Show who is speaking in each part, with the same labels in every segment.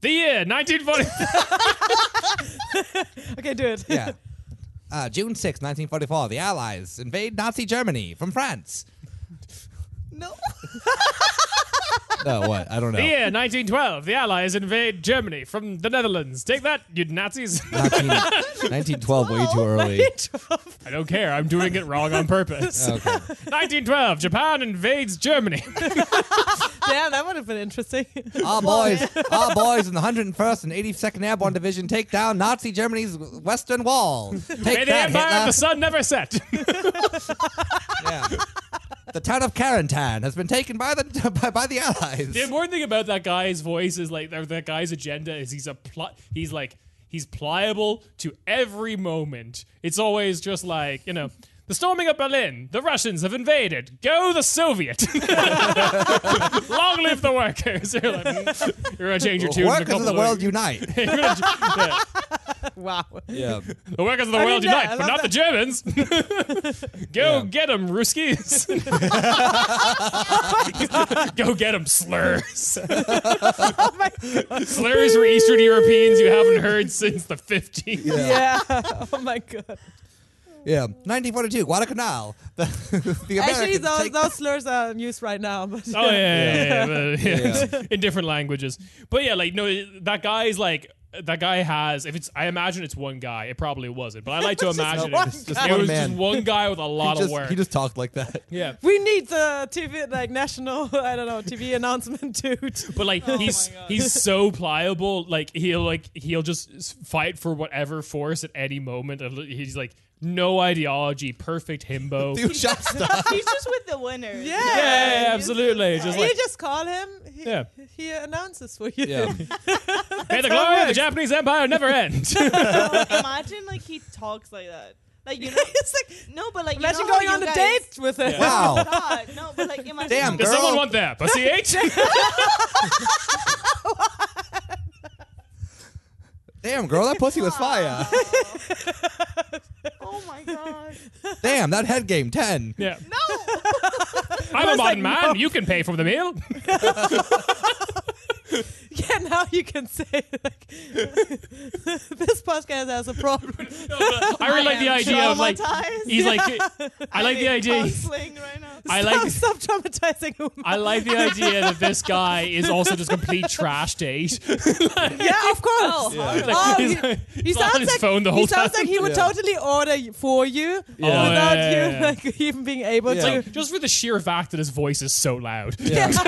Speaker 1: The year 1940.
Speaker 2: Okay, do it.
Speaker 3: Yeah. Uh, June 6, 1944, the Allies invade Nazi Germany from France.
Speaker 2: no.
Speaker 3: No, what? I don't know.
Speaker 1: The year 1912. The Allies invade Germany from the Netherlands. Take that, you Nazis.
Speaker 3: 19 1912, way too early.
Speaker 1: I don't care. I'm doing it wrong on purpose.
Speaker 3: Okay.
Speaker 1: 1912. Japan invades Germany.
Speaker 2: Damn, that would have been interesting.
Speaker 3: Our boys, our boys in the 101st and 82nd Airborne Division take down Nazi Germany's Western Wall.
Speaker 1: May
Speaker 3: Take
Speaker 1: the
Speaker 3: that,
Speaker 1: empire of the
Speaker 3: Hitler.
Speaker 1: sun never set.
Speaker 3: Yeah. The town of Carentan has been taken by the by, by the Allies.
Speaker 1: the important thing about that guy's voice is like or that guy's agenda is he's a pl- he's like he's pliable to every moment. It's always just like you know. The storming of Berlin. The Russians have invaded. Go the Soviet. Long live the workers. You're, like, mm, you're gonna change your tune. in a
Speaker 3: Workers
Speaker 1: couple
Speaker 3: of the
Speaker 1: of
Speaker 3: world
Speaker 1: weeks.
Speaker 3: unite.
Speaker 1: You're gonna ch- yeah.
Speaker 2: wow.
Speaker 3: Yeah.
Speaker 1: The workers of the
Speaker 2: I
Speaker 1: world
Speaker 2: mean, yeah,
Speaker 1: unite,
Speaker 2: I
Speaker 1: but
Speaker 2: love
Speaker 1: not the Germans. Go get 'em, get them, Ruskies. Go get them, slurs.
Speaker 3: Oh
Speaker 1: slurs for Eastern Europeans you haven't heard since the 50s.
Speaker 2: Yeah. Oh my god.
Speaker 3: Yeah. 1942, Guadalcanal. The, the
Speaker 2: Actually,
Speaker 3: Americans
Speaker 2: those,
Speaker 3: take-
Speaker 2: those slurs are used right now. But
Speaker 1: Oh yeah, yeah, yeah, but- yeah. in different languages. But yeah, like no, that guy's like that guy has. If it's, I imagine it's one guy. It probably wasn't, but I like to imagine
Speaker 3: one
Speaker 1: it.
Speaker 3: Just
Speaker 1: it
Speaker 3: guy. one
Speaker 1: was just
Speaker 3: man.
Speaker 1: one guy with a lot
Speaker 3: he
Speaker 1: of
Speaker 3: just,
Speaker 1: work.
Speaker 3: He just talked like that.
Speaker 1: yeah.
Speaker 2: We need the TV, like national, I don't know, TV announcement, dude.
Speaker 1: But like he's he's so pliable. Like he'll like he'll just s- fight for whatever force at any moment. And he's like no ideology, perfect himbo.
Speaker 3: Dude, shut up.
Speaker 4: He's just with the winners.
Speaker 2: Yeah.
Speaker 1: yeah, yeah, yeah, absolutely. Just
Speaker 2: you
Speaker 1: like
Speaker 2: just call him. He,
Speaker 1: Yeah.
Speaker 2: He announces for you.
Speaker 3: Yeah.
Speaker 1: may the glory of the Japanese Empire never end.
Speaker 4: Like, imagine like he talks like that. Like you know,
Speaker 2: it's like
Speaker 4: no, but like
Speaker 2: imagine
Speaker 4: you know how
Speaker 2: going
Speaker 4: you
Speaker 2: on a
Speaker 4: guys-
Speaker 2: date with him.
Speaker 3: Wow.
Speaker 4: God, no, but like imagine.
Speaker 3: Damn,
Speaker 1: Does
Speaker 3: Girl.
Speaker 1: someone want that? Pussy H?
Speaker 3: Damn, girl, that pussy was fire.
Speaker 4: Oh my god.
Speaker 3: Damn, that head game, 10.
Speaker 1: Yeah. No. I'm a modern
Speaker 2: like,
Speaker 1: man.
Speaker 2: no.
Speaker 1: You can pay for the meal.
Speaker 2: Yeah, now you can say like, this podcast has a problem.
Speaker 1: I really like the idea of like
Speaker 4: traumatized.
Speaker 1: he's like I like the idea.
Speaker 4: Counseling right now.
Speaker 1: I
Speaker 2: Stop,
Speaker 1: like
Speaker 2: stop traumatizing women.
Speaker 1: I like the idea that this guy is also just complete trash date.
Speaker 2: yeah, of course.
Speaker 1: Like,
Speaker 2: Oh,
Speaker 1: he's,
Speaker 2: he-
Speaker 1: like-
Speaker 2: He
Speaker 1: he's
Speaker 2: sounds
Speaker 1: on his
Speaker 2: like,
Speaker 1: phone the whole
Speaker 2: he
Speaker 1: time.
Speaker 2: sounds like he would
Speaker 3: Yeah.
Speaker 2: totally order y- for you
Speaker 1: yeah,
Speaker 2: without
Speaker 1: yeah,
Speaker 2: you
Speaker 1: yeah, yeah.
Speaker 2: like even being able
Speaker 3: Yeah.
Speaker 2: to.
Speaker 1: Like, just for the sheer fact that his voice is so loud,
Speaker 2: yeah.
Speaker 4: So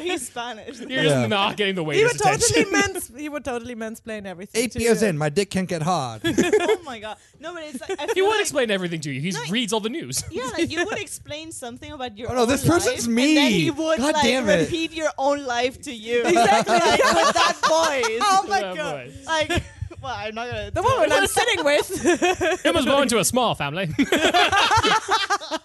Speaker 4: he's Spanish.
Speaker 1: you're
Speaker 3: Yeah.
Speaker 1: just not getting the
Speaker 2: He
Speaker 1: waiter's
Speaker 2: would totally
Speaker 1: attention.
Speaker 2: mans- he would totally mansplain everything.
Speaker 3: Eight
Speaker 2: to
Speaker 3: beers
Speaker 2: you.
Speaker 3: in, my dick can't get hard.
Speaker 4: Oh my god. No, but it's like I
Speaker 1: he
Speaker 4: feel
Speaker 1: would
Speaker 4: like,
Speaker 1: explain everything to you. He just reads all the news.
Speaker 4: Yeah, like you would explain something about your.
Speaker 3: Oh, no,
Speaker 4: own
Speaker 3: this person's
Speaker 4: life, And
Speaker 3: me.
Speaker 4: then he would
Speaker 3: God
Speaker 4: like
Speaker 3: damn it.
Speaker 4: repeat your own life to you.
Speaker 2: Exactly.
Speaker 4: like, with that voice.
Speaker 2: Oh my
Speaker 1: Oh,
Speaker 2: god.
Speaker 1: boy.
Speaker 4: Like, well, I'm not gonna.
Speaker 2: The woman I'm sitting with.
Speaker 1: Him was born to a small family.
Speaker 2: oh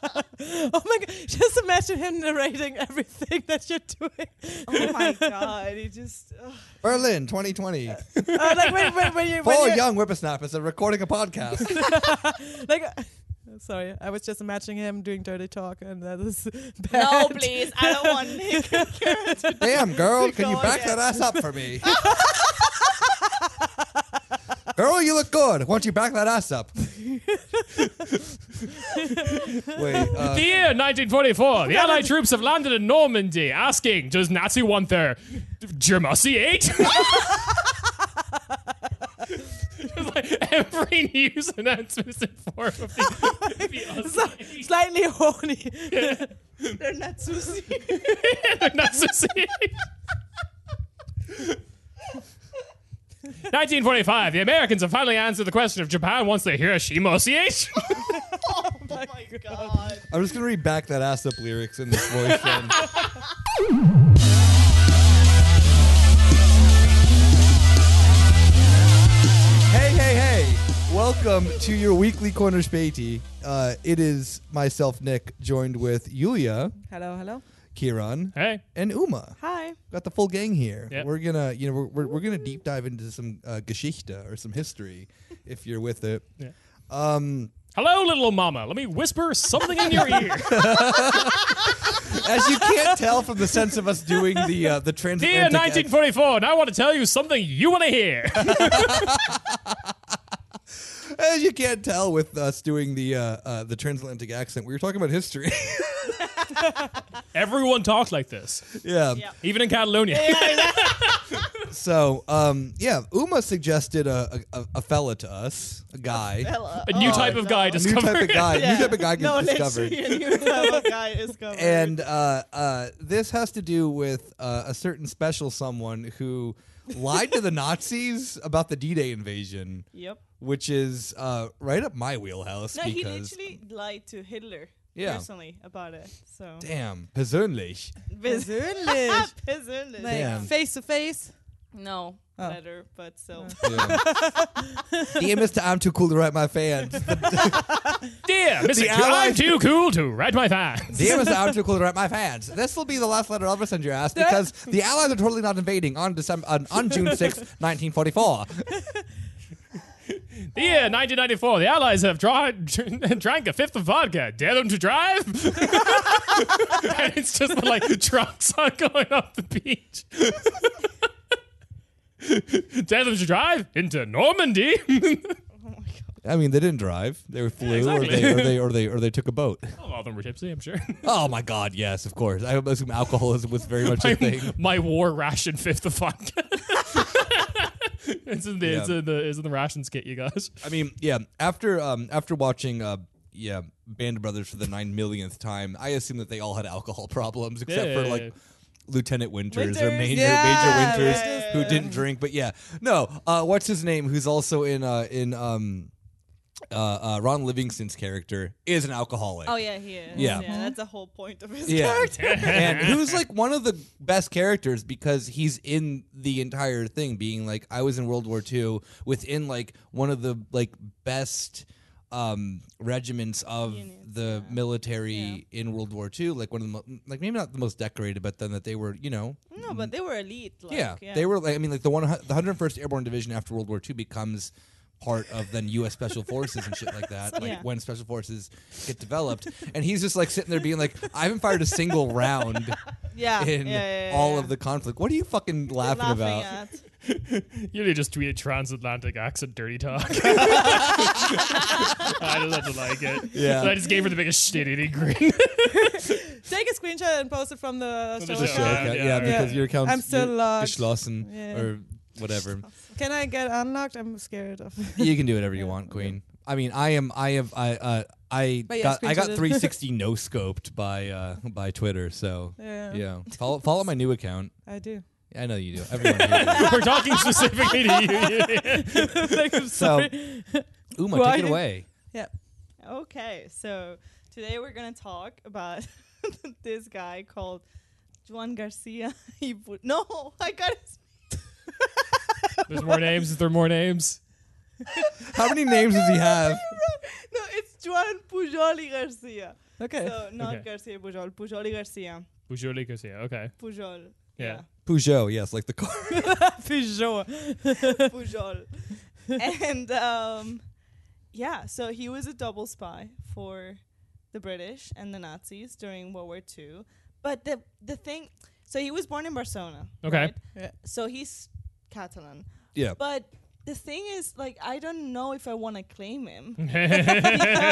Speaker 2: my god. Just imagine him narrating everything that you're doing.
Speaker 4: Oh my god! He just. ugh.
Speaker 3: Berlin 2020.
Speaker 2: Uh, like when, when, when you, when
Speaker 3: Four
Speaker 2: you-
Speaker 3: young whippersnappers are recording a podcast.
Speaker 2: like. uh, Sorry, I was just imagining him doing dirty talk, and that is bad.
Speaker 4: No, please. I don't want Nick and Karen to
Speaker 3: Damn, girl, can you
Speaker 4: Go
Speaker 3: back
Speaker 4: again.
Speaker 3: that ass up for me? girl, you look good. Won't you back that ass up? Wait, uh,
Speaker 1: the year 1944, the Allied troops have landed in Normandy, asking, "Does Nazi want their Germasi eight? Just like every news announcement is in form of the, the Aussie.
Speaker 2: Slightly horny.
Speaker 4: They're not Susie.
Speaker 1: Oh Nazi 1945, the Americans have finally answered the question if Japan wants the Hiroshima CH.
Speaker 4: Oh my god.
Speaker 3: I'm just going to read back that ass up lyrics in this voice. then. Hey, hey, hey! Welcome to your weekly corner Spatey. Uh, it is myself, Nick, joined with Yulia,
Speaker 2: hello, hello.
Speaker 3: Kiran,
Speaker 1: hey,
Speaker 3: and Uma.
Speaker 2: Hi.
Speaker 3: Got the full gang here.
Speaker 1: Yep.
Speaker 3: We're gonna, you know, we're, we're, we're gonna deep dive into some uh, Geschichte or some history, if you're with it.
Speaker 1: Yeah.
Speaker 3: Um,
Speaker 1: Hello, little mama. Let me whisper something in your ear.
Speaker 3: as you can't tell from the sense of us doing the uh, the
Speaker 1: Dear
Speaker 3: transatlantic.
Speaker 1: 1944, and I want to tell you something you want to hear.
Speaker 3: ac- as you can't tell with us doing the uh, uh, the transatlantic accent, we were talking about history.
Speaker 1: Everyone talked like this,
Speaker 3: yeah.
Speaker 4: Yeah.
Speaker 1: even in Catalonia.
Speaker 3: So um, yeah, Uma suggested a, a a fella to us, a guy,
Speaker 4: Bella.
Speaker 1: A new
Speaker 4: Oh,
Speaker 1: type of
Speaker 4: no.
Speaker 1: guy
Speaker 3: a
Speaker 1: discovered.
Speaker 3: new type of guy,
Speaker 4: Yeah.
Speaker 3: new type of guy
Speaker 4: No,
Speaker 3: discovered.
Speaker 4: literally, a new type of guy is covered.
Speaker 3: and uh, uh, this has to do with uh, a certain special someone who lied to the Nazis about the D-Day invasion,
Speaker 4: Yep.
Speaker 3: which is uh, right up my wheelhouse.
Speaker 4: No, he
Speaker 3: because
Speaker 4: literally lied to Hitler
Speaker 3: Yeah.
Speaker 4: personally about it. So
Speaker 3: damn, persönlich.
Speaker 4: Biz-
Speaker 2: Persönlich.
Speaker 4: Persönlich.
Speaker 2: Like
Speaker 3: Damn.
Speaker 2: face to face.
Speaker 4: No,
Speaker 2: Oh.
Speaker 4: letter, but still.
Speaker 3: Oh. Dear Mister, I'm too cool to write my fans.
Speaker 1: Dear Mr.
Speaker 3: The
Speaker 1: Cool, I'm
Speaker 3: Allies-
Speaker 1: too cool to write my fans.
Speaker 3: Dear Mister, I'm too cool to write my fans. This will be the last letter I'll ever send your ass because the Allies are totally not invading on December on, on June 6, 1944.
Speaker 1: Dear 1994, the Allies have dra- drank a fifth of vodka. Dare them to drive? and it's just like trucks are going up the beach. Dare them to drive into Normandy?
Speaker 3: I mean, they didn't drive; they were flew,
Speaker 1: exactly.
Speaker 3: or, they, or they or they or they took a boat.
Speaker 1: All of them were tipsy, I'm sure.
Speaker 3: Oh my God! Yes, of course. I assume alcoholism was very much a
Speaker 1: my,
Speaker 3: thing.
Speaker 1: my war ration fifth of vodka. it's, in the, it's,
Speaker 3: Yeah.
Speaker 1: in the, it's in the rations kit, you guys.
Speaker 3: I mean, yeah. After um after watching uh yeah Band of Brothers for the nine millionth time, I assume that they all had alcohol problems except for
Speaker 1: Yeah.
Speaker 3: like Lieutenant Winters, or
Speaker 4: Winters,
Speaker 3: Major
Speaker 2: yeah,
Speaker 3: Major Winters
Speaker 4: Winters.
Speaker 3: who didn't drink. But yeah, no. Uh, what's his name? Who's also in uh in um uh, uh Ron Livingston's character is an alcoholic.
Speaker 4: Oh yeah, he is.
Speaker 3: Yeah.
Speaker 4: that's the whole point of his
Speaker 3: Yeah.
Speaker 4: character.
Speaker 3: and who's like one of the best characters because he's in the entire thing, being like, I was in World War II within like one of the like best um regiments of
Speaker 4: Units,
Speaker 3: the military in World War II, like one of the mo- like maybe not the most decorated, but then that they were, you know,
Speaker 4: No, but they were elite. Like,
Speaker 3: yeah,
Speaker 4: yeah,
Speaker 3: they were like I mean like the one the 101st Airborne Division after World War II becomes part of then U.S. Special Forces and shit like that. Like
Speaker 4: Yeah.
Speaker 3: when Special Forces get developed, and he's just like sitting there being like, I haven't fired a single round
Speaker 4: Yeah,
Speaker 3: in
Speaker 4: yeah, yeah, yeah,
Speaker 3: all
Speaker 4: yeah.
Speaker 3: of the conflict. What are you fucking laughing,
Speaker 4: laughing
Speaker 3: about?
Speaker 4: at.
Speaker 1: You need to just tweet transatlantic accent dirty talk. I don't know, like it.
Speaker 3: Yeah.
Speaker 1: And I just gave her the biggest shit eating grin.
Speaker 2: Take a screenshot and post it from the
Speaker 1: the
Speaker 2: show.
Speaker 1: show.
Speaker 2: account.
Speaker 1: Yeah,
Speaker 3: yeah,
Speaker 1: yeah,
Speaker 3: because
Speaker 2: yeah.
Speaker 3: your account's
Speaker 2: I'm still
Speaker 3: you're
Speaker 2: locked.
Speaker 3: geschlossen
Speaker 2: Yeah.
Speaker 3: or whatever.
Speaker 2: Can I get unlocked? I'm scared of.
Speaker 3: you can do whatever you want, Queen. I mean, I am. I have. I. Uh, I
Speaker 2: But yeah,
Speaker 3: got. I got
Speaker 2: screenshot it.
Speaker 3: 360 no scoped by uh, by Twitter. So
Speaker 2: Yeah.
Speaker 3: yeah. Follow follow my new account.
Speaker 2: I do.
Speaker 3: I know you do. Everyone here does.
Speaker 1: We're talking specifically to you.
Speaker 2: Like, I'm
Speaker 3: So,
Speaker 2: sorry.
Speaker 3: Uma,
Speaker 2: Why?
Speaker 3: take it away.
Speaker 2: yeah.
Speaker 4: Okay, so today we're gonna talk about this guy called Juan Garcia. He put- no, I got his.
Speaker 1: There's more names. Is there more names?
Speaker 3: How many names does he have?
Speaker 4: No, it's Juan Pujol y Garcia.
Speaker 2: Okay.
Speaker 4: So not
Speaker 1: Okay.
Speaker 4: Garcia Pujol, Pujol y Garcia,
Speaker 1: Usually, because yeah, okay.
Speaker 4: Pujol.
Speaker 1: Yeah.
Speaker 3: Peugeot, yes, like the car.
Speaker 2: Peugeot.
Speaker 4: Pujol. and um, yeah, so he was a double spy for the British and the Nazis during World War Two. But the the thing, so he was born in Barcelona.
Speaker 1: Okay.
Speaker 4: right?
Speaker 2: Yeah.
Speaker 4: So he's Catalan.
Speaker 3: Yeah.
Speaker 4: But the thing is, like, I don't know if I want to claim him.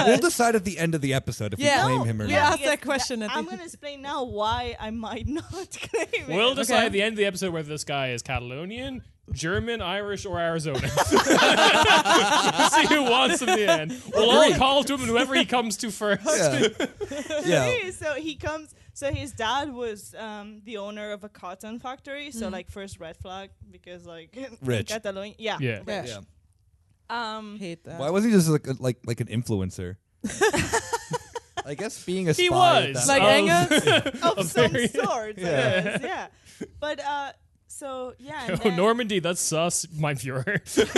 Speaker 3: We'll decide at the end of the episode if
Speaker 2: Yeah.
Speaker 3: we claim him or
Speaker 2: We
Speaker 3: not.
Speaker 2: asked
Speaker 4: because
Speaker 2: that question at
Speaker 4: I'm
Speaker 2: the-
Speaker 4: going to explain now why I might not claim him.
Speaker 1: We'll decide
Speaker 2: Okay.
Speaker 1: at the end of the episode whether this guy is Catalonian, German, Irish, or Arizona. See who wants in the end. We'll all call to him, and whoever he comes to first.
Speaker 3: Yeah. yeah.
Speaker 4: Hey, so he comes. So his dad was um, the owner of a cotton factory. So like first red flag because like in
Speaker 3: Rich.
Speaker 4: Catalonia. Yeah.
Speaker 1: Yeah.
Speaker 2: Yeah.
Speaker 3: Yeah.
Speaker 4: Um.
Speaker 2: Hate that.
Speaker 3: Why wasn't he just like a- like like an influencer? I guess being a spy.
Speaker 1: He
Speaker 3: at
Speaker 1: was
Speaker 3: that-
Speaker 2: Like
Speaker 1: of-
Speaker 2: Enger?
Speaker 4: Of some
Speaker 1: very-
Speaker 4: sort.
Speaker 3: Yeah.
Speaker 4: Yeah. yeah. But uh. So yeah. and
Speaker 1: Oh,
Speaker 4: then-
Speaker 1: Normandy, that's sus, my viewer. Check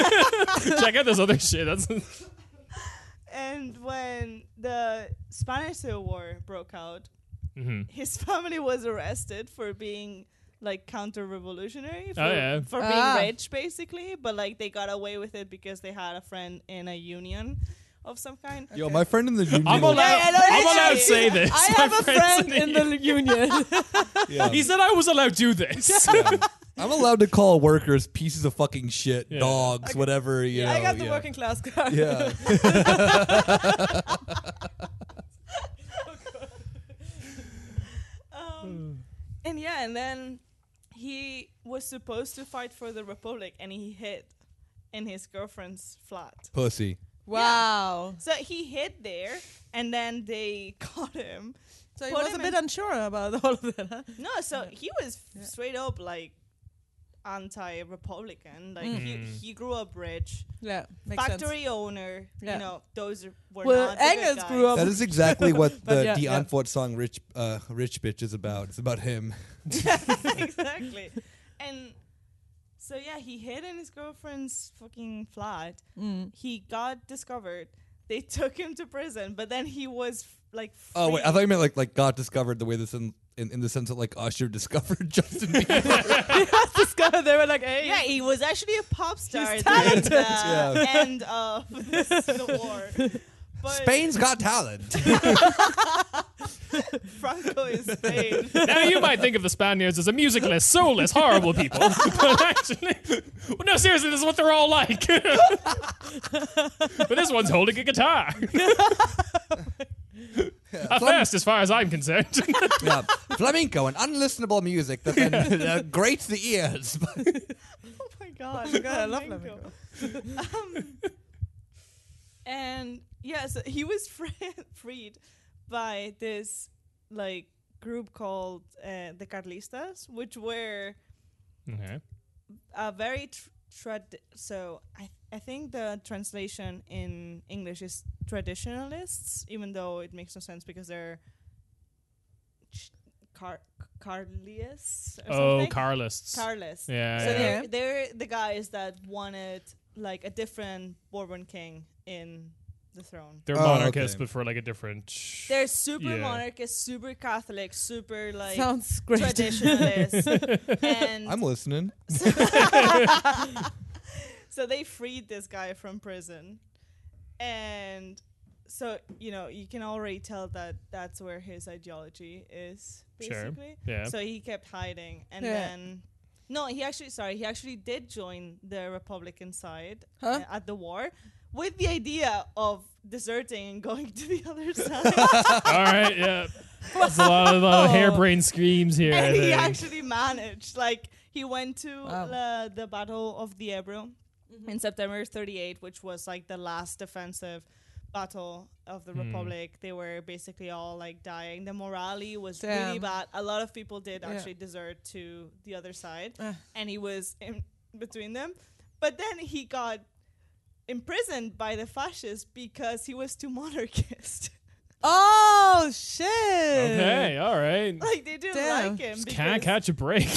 Speaker 1: out this other shit. That's
Speaker 4: And when the Spanish Civil War broke out,
Speaker 1: Mhm.
Speaker 4: his family was arrested for being like counter-revolutionary for,
Speaker 1: Oh, yeah.
Speaker 4: for
Speaker 2: Ah.
Speaker 4: being rich basically but like they got away with it because they had a friend in a union of some kind.
Speaker 3: Yo, my friend in the union.
Speaker 1: I'm allowed.
Speaker 2: I know,
Speaker 1: I'm allowed to
Speaker 2: literally.
Speaker 1: say this.
Speaker 2: I
Speaker 1: My
Speaker 2: have a
Speaker 1: friend's
Speaker 2: friend in the union.
Speaker 3: yeah.
Speaker 1: He said I was allowed to do this.
Speaker 3: I'm allowed to call workers pieces of fucking shit,
Speaker 1: Yeah.
Speaker 3: dogs, whatever. You know,
Speaker 4: I got the
Speaker 3: yeah.
Speaker 4: working class card.
Speaker 3: Yeah.
Speaker 4: Um,
Speaker 2: Hmm.
Speaker 4: and yeah, and then he was supposed to fight for the Republic, and he hid in his girlfriend's flat.
Speaker 3: Pussy.
Speaker 2: wow.
Speaker 4: So he hid there, and then they caught him.
Speaker 2: So he
Speaker 4: Put
Speaker 2: was a
Speaker 4: him
Speaker 2: bit
Speaker 4: in-
Speaker 2: unsure about all of that. Huh?
Speaker 4: No, so he was f straight up like anti-Republican. Like he, he grew up rich,
Speaker 2: Yeah, makes sense.
Speaker 4: factory owner.
Speaker 2: Yeah.
Speaker 4: You know, those are- were
Speaker 2: Well,
Speaker 4: not the good
Speaker 2: Engels grew
Speaker 4: guys.
Speaker 2: up-
Speaker 3: That is exactly what
Speaker 2: But
Speaker 3: the
Speaker 2: yeah, yeah.
Speaker 3: Dion Fort song "Rich uh, Rich Bitch" is about. It's about him.
Speaker 4: exactly. And so yeah, he hid in his girlfriend's fucking flat.
Speaker 2: Mm.
Speaker 4: He got discovered. They took him to prison, but then he was f- like. Free.
Speaker 3: Oh wait, I thought you meant like like God discovered the way this in in, in the sense that like Usher discovered Justin Bieber.
Speaker 2: Discovered they were like, hey,
Speaker 4: Yeah, he was actually a pop star
Speaker 2: He's
Speaker 4: at the
Speaker 3: talented.
Speaker 4: end of the war. But
Speaker 3: Spain's Got Talent.
Speaker 4: Franco is Spain.
Speaker 1: now you might think of the Spaniards as a musicless, soulless, horrible people, but actually, well, no, seriously, this is what they're all like. but this one's holding a guitar. A first, as far as I'm concerned.
Speaker 3: yeah. Flamenco and unlistenable music that then uh, grates the ears.
Speaker 4: Oh my god!
Speaker 2: my God, I love
Speaker 4: flamenco. um, and yeah, so he was fre- freed by this like group called uh, the Carlistas, which were
Speaker 1: okay.
Speaker 4: a very tr- trad- so I I think the translation in English is traditionalists, even though it makes no sense because they're ch- car Carlists. Or
Speaker 1: Oh,
Speaker 4: something.
Speaker 1: Carlists.
Speaker 4: Carlists.
Speaker 1: yeah.
Speaker 4: So
Speaker 1: yeah.
Speaker 4: they're, they're the guys that wanted like a different Bourbon king in the throne.
Speaker 1: They're
Speaker 3: Oh,
Speaker 1: monarchists,
Speaker 3: okay.
Speaker 1: but for like a different.
Speaker 4: They're super
Speaker 1: Yeah.
Speaker 4: monarchist, super Catholic, super like
Speaker 2: sounds great.
Speaker 4: traditionalist. and
Speaker 3: I'm listening.
Speaker 4: so they freed this guy from prison. And so, you know, you can already tell that that's where his ideology is
Speaker 1: Sure.
Speaker 4: basically.
Speaker 1: yeah.
Speaker 4: So he kept hiding and
Speaker 2: Yeah.
Speaker 4: then no, he actually sorry, he actually did join the Republican side
Speaker 2: Huh?
Speaker 4: uh, at the war with the idea of deserting and going to the other side.
Speaker 1: all right. Yeah. There's a lot of, lot of harebrained schemes here. I
Speaker 4: and he
Speaker 1: think.
Speaker 4: actually managed. Like he went to
Speaker 2: Wow. Mm-hmm.
Speaker 4: uh, the Battle of the Ebro in September 38, which was like the last offensive battle of
Speaker 1: Hmm.
Speaker 4: the Republic. They were basically all like dying. The morale was really
Speaker 2: Damn.
Speaker 4: bad. A lot of people did
Speaker 2: Yeah.
Speaker 4: actually desert to the other side,
Speaker 2: Ugh.
Speaker 4: and he was in between them. But then he got imprisoned by the fascists because he was too monarchist.
Speaker 2: Oh shit.
Speaker 1: Okay. All right.
Speaker 4: like they didn't
Speaker 2: Damn.
Speaker 4: like him.
Speaker 1: Just can't
Speaker 4: because-
Speaker 1: catch a break.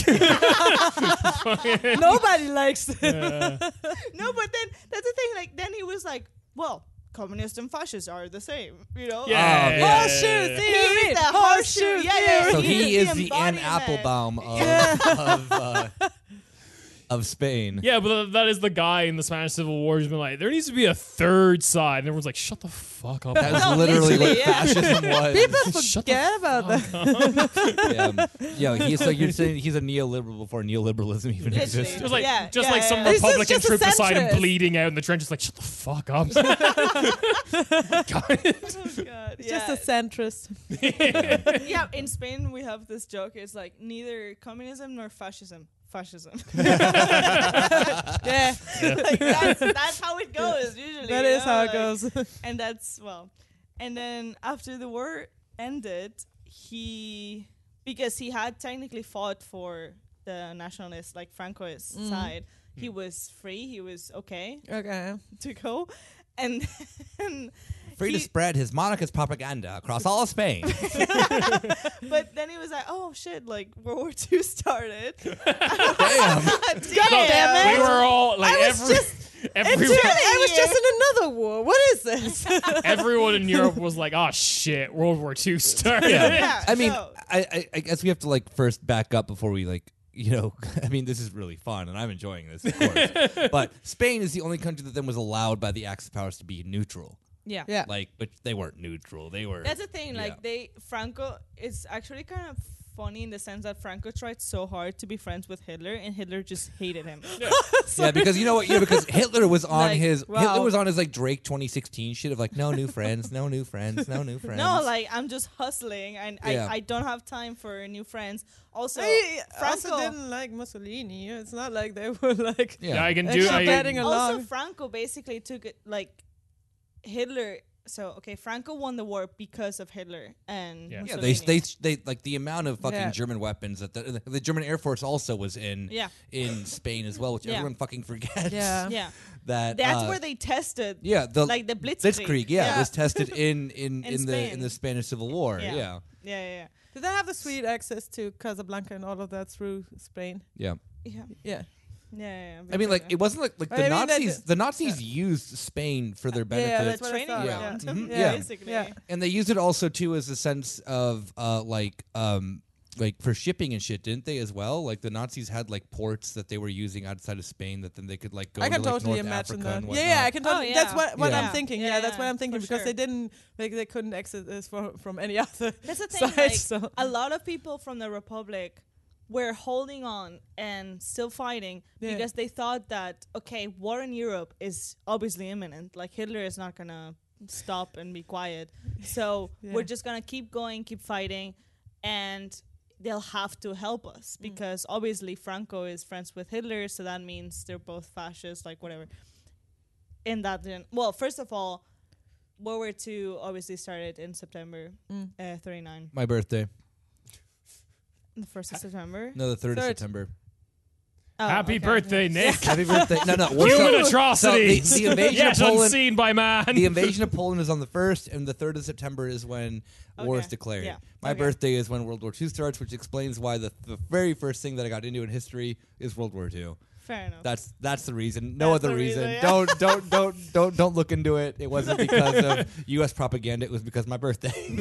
Speaker 2: Nobody likes it.
Speaker 1: Yeah.
Speaker 4: No, but then that's the thing. Like then he was like, well, communists and fascists are the same, you know?
Speaker 1: Yeah,
Speaker 3: Oh,
Speaker 1: yeah,
Speaker 2: horseshoe
Speaker 1: yeah, yeah.
Speaker 2: theory.
Speaker 4: He's the horseshoe. Yeah, yeah.
Speaker 3: So
Speaker 4: He
Speaker 3: he
Speaker 4: is
Speaker 3: is
Speaker 4: the
Speaker 3: the Anne
Speaker 4: embodiment.
Speaker 3: Applebaum of of, uh, of Spain.
Speaker 1: Yeah, but th- that is the guy in the Spanish Civil War who's been like, there needs to be a third side. And everyone's like, shut the fuck up.
Speaker 3: That was
Speaker 4: No,
Speaker 3: literally
Speaker 4: literally,
Speaker 3: what
Speaker 4: yeah.
Speaker 3: fascism was.
Speaker 2: People
Speaker 1: Shut the
Speaker 2: forget about that.
Speaker 3: yeah. yeah, he's like you're saying he's a neoliberal before neoliberalism even
Speaker 4: Literally.
Speaker 1: It
Speaker 3: existed.
Speaker 1: was like,
Speaker 4: Yeah,
Speaker 1: just
Speaker 4: yeah,
Speaker 1: like some
Speaker 4: yeah.
Speaker 2: This is
Speaker 1: Republican
Speaker 2: just a
Speaker 1: troop beside
Speaker 2: centrist.
Speaker 1: him bleeding out in the trenches, like, shut the fuck up. God.
Speaker 4: Oh, God.
Speaker 2: It's
Speaker 4: yeah.
Speaker 2: Just a centrist.
Speaker 4: yeah, in Spain we have this joke. It's like neither communism nor fascism. Fascism.
Speaker 2: yeah,
Speaker 4: like that's, that's how it goes usually.
Speaker 2: that
Speaker 4: you
Speaker 2: is
Speaker 4: know,
Speaker 2: how it
Speaker 4: like-
Speaker 2: goes.
Speaker 4: And that's well. And then after the war ended, he because he had technically fought for the nationalist like Francoist
Speaker 2: Mm.
Speaker 4: side, he was free. He was okay
Speaker 2: okay.
Speaker 4: to go, and then
Speaker 3: Free to
Speaker 4: he-
Speaker 3: spread his monarchist propaganda across all of Spain.
Speaker 4: but then he was like, oh shit, like World War Two started.
Speaker 3: Damn.
Speaker 4: God
Speaker 2: damn
Speaker 1: we
Speaker 2: it.
Speaker 1: were all, like,
Speaker 2: I was
Speaker 1: every,
Speaker 2: just-
Speaker 1: everyone,
Speaker 2: I was just in another war. What is this?
Speaker 1: everyone in Europe was like, oh shit, World War II started.
Speaker 4: Yeah,
Speaker 3: I mean,
Speaker 4: no.
Speaker 3: I, I, I guess we have to like first back up before we like, you know, I mean, this is really fun and I'm enjoying this, of course. but Spain is the only country that then was allowed by the Acts of Powers to be neutral.
Speaker 4: Yeah.
Speaker 2: Yeah.
Speaker 3: Like, but they weren't neutral. They were.
Speaker 4: That's the thing. Like
Speaker 3: Yeah.
Speaker 4: they Franco is actually kind of funny in the sense that Franco tried so hard to be friends with Hitler, and Hitler just hated him.
Speaker 3: yeah, because you know what? Yeah, because Hitler was on
Speaker 4: Like,
Speaker 3: his Hitler
Speaker 4: wow.
Speaker 3: was on his like Drake 2016 shit of like no new friends, no new friends, no new friends.
Speaker 4: No, like I'm just hustling, and
Speaker 3: Yeah.
Speaker 4: I, I don't have time for new friends. Also,
Speaker 2: I also
Speaker 4: Franco.
Speaker 2: didn't like Mussolini. It's not like they were like
Speaker 3: yeah.
Speaker 1: I can
Speaker 2: It's
Speaker 1: do.
Speaker 2: not
Speaker 1: I,
Speaker 2: betting a-
Speaker 4: also
Speaker 2: along.
Speaker 4: Franco basically took it like Hitler. So okay, Franco won the war because of Hitler and
Speaker 1: Yeah.
Speaker 3: yeah, they, they
Speaker 4: Mussolini.
Speaker 3: they like the amount of fucking
Speaker 2: Yeah.
Speaker 3: German weapons that the, the German Air Force also was in
Speaker 4: Yeah.
Speaker 3: in Spain as well, which
Speaker 4: Yeah.
Speaker 3: everyone fucking forgets.
Speaker 2: Yeah.
Speaker 4: yeah.
Speaker 3: that
Speaker 4: That's
Speaker 3: uh,
Speaker 4: where they tested.
Speaker 3: yeah the
Speaker 4: like the
Speaker 3: Blitzkrieg,
Speaker 4: Blitzkrieg.
Speaker 3: yeah,
Speaker 2: Yeah.
Speaker 3: was tested in in in,
Speaker 4: In
Speaker 3: the in
Speaker 4: Spain.
Speaker 3: the Spanish Civil War. Yeah,
Speaker 4: Yeah.
Speaker 3: yeah.
Speaker 4: Yeah, yeah,
Speaker 2: Did they have the sweet access to Casablanca and all of that through Spain?
Speaker 4: yeah, yeah.
Speaker 2: Yeah.
Speaker 4: yeah, yeah, yeah
Speaker 3: I mean, like it wasn't like like the
Speaker 2: I mean, that-
Speaker 3: Nazis. The Nazis used Spain for their benefit.
Speaker 2: Yeah,
Speaker 4: the
Speaker 2: that's what I
Speaker 4: training
Speaker 2: thought,
Speaker 4: ground,
Speaker 3: yeah. Mhm, yeah.
Speaker 4: basically.
Speaker 2: Yeah.
Speaker 3: and they used it also too as a sense of uh like um like for shipping and shit, didn't they as well? Like the Nazis had like ports that they were using outside of Spain that then they could like go
Speaker 2: I
Speaker 3: to
Speaker 2: can
Speaker 3: like
Speaker 2: totally
Speaker 3: North
Speaker 2: imagine
Speaker 3: Africa
Speaker 2: that. Yeah,
Speaker 3: and
Speaker 2: yeah, I
Speaker 3: whatnot.
Speaker 2: can totally.
Speaker 4: Oh,
Speaker 2: That's
Speaker 4: yeah.
Speaker 2: what, what
Speaker 4: Yeah.
Speaker 2: I'm thinking. Yeah,
Speaker 4: Yeah,
Speaker 2: that's what I'm
Speaker 4: yeah,
Speaker 2: thinking
Speaker 4: for
Speaker 2: because they
Speaker 4: sure.
Speaker 2: didn't like they couldn't exit this from from any other.
Speaker 4: That's the thing.
Speaker 2: side,
Speaker 4: like,
Speaker 2: so.
Speaker 4: A lot of people from the Republic were holding on and still fighting
Speaker 2: Yeah.
Speaker 4: because they thought that okay, war in Europe is obviously imminent. Like Hitler is not gonna stop and be quiet. So
Speaker 2: Yeah.
Speaker 4: we're just gonna keep going, keep fighting, and they'll have to help us
Speaker 2: Mm.
Speaker 4: because obviously Franco is friends with Hitler, so that means they're both fascists, like whatever. And that didn't. Well, first of all, World War II obviously started in September
Speaker 2: Mm.
Speaker 4: uh, 39,
Speaker 3: My birthday,
Speaker 4: the 1st of September.
Speaker 3: no, the third of
Speaker 2: Third.
Speaker 3: September.
Speaker 4: Oh,
Speaker 1: happy
Speaker 4: okay.
Speaker 1: birthday, Nick.
Speaker 3: Happy birthday! No, no, we're
Speaker 1: Human
Speaker 3: so-
Speaker 1: atrocities.
Speaker 3: So the, the invasion
Speaker 1: Yet
Speaker 3: of Poland.
Speaker 1: unseen by man.
Speaker 3: The invasion of Poland is on the first, and the third of September is when war is
Speaker 4: Okay.
Speaker 3: declared.
Speaker 4: Yeah.
Speaker 3: My
Speaker 4: Okay.
Speaker 3: birthday is when World War II starts, which explains why the, the very first thing that I got into in history is World War II.
Speaker 4: Fair enough.
Speaker 3: That's that's the reason. No
Speaker 4: That's
Speaker 3: other
Speaker 4: the
Speaker 3: reason.
Speaker 4: reason, yeah.
Speaker 3: Don't don't don't don't don't look into it. It wasn't because of U.S. propaganda. It was because of my birthday.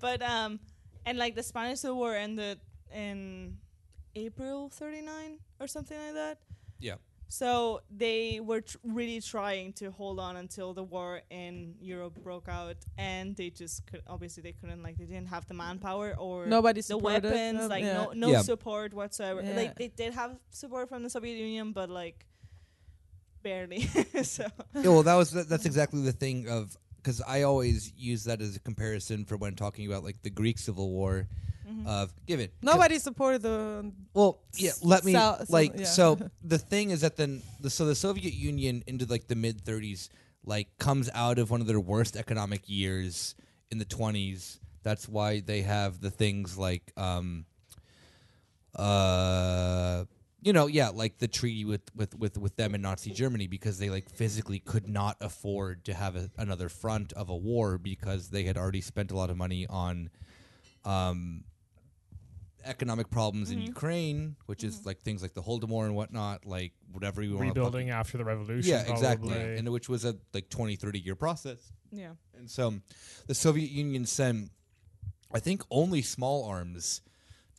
Speaker 4: but um, and like the Spanish Civil War ended in April 39 or something like that.
Speaker 3: yeah.
Speaker 4: So they were tr- really trying to hold on until the war in Europe broke out, and they just could obviously they couldn't like they didn't have the manpower or
Speaker 2: Nobody
Speaker 4: the
Speaker 2: supported
Speaker 4: weapons
Speaker 2: them,
Speaker 4: like
Speaker 2: yeah.
Speaker 4: no no
Speaker 3: Yeah.
Speaker 4: support whatsoever.
Speaker 2: Yeah.
Speaker 4: Like they did have support from the Soviet Union, but like barely. so
Speaker 3: yeah. Well, that was that, that's exactly the thing of because I always use that as a comparison for when talking about like the Greek Civil War.
Speaker 4: Mm-hmm.
Speaker 3: Of give it
Speaker 2: Nobody supported the.
Speaker 3: Well, yeah. Let me
Speaker 2: So- so-
Speaker 3: like
Speaker 2: yeah.
Speaker 3: so. The thing is that then the, so the Soviet Union into like the mid '30s like comes out of one of their worst economic years in the '20s. That's why they have the things like um uh you know yeah like the treaty with with with with them in Nazi Germany because they like physically could not afford to have a, another front of a war because they had already spent a lot of money on um, economic problems in Ukraine, which is like things like the Holodomor and whatnot, like whatever you want
Speaker 1: Rebuilding after the revolution.
Speaker 3: Yeah, exactly.
Speaker 1: probably.
Speaker 3: And which was a like 20, 30 year process.
Speaker 4: yeah,
Speaker 3: And so um, the Soviet Union sent, I think, only small arms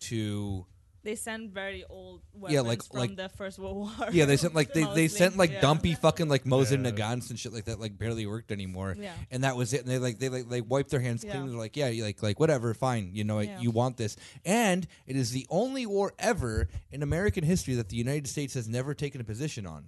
Speaker 3: to.
Speaker 4: they sent very old weapons
Speaker 3: Yeah, like-
Speaker 4: from
Speaker 3: like-
Speaker 4: the First World War.
Speaker 3: Yeah, they sent like they, they
Speaker 4: Mostly,
Speaker 3: sent like
Speaker 4: yeah.
Speaker 3: dumpy fucking like Mosin
Speaker 1: Yeah.
Speaker 3: Nagants and shit like that like barely worked anymore.
Speaker 4: Yeah.
Speaker 3: And that was it. And they like they like they wiped their hands clean.
Speaker 4: Yeah.
Speaker 3: They're like, yeah, you like like whatever, fine. You know,
Speaker 4: Yeah.
Speaker 3: you want this. And it is the only war ever in American history that the United States has never taken a position on.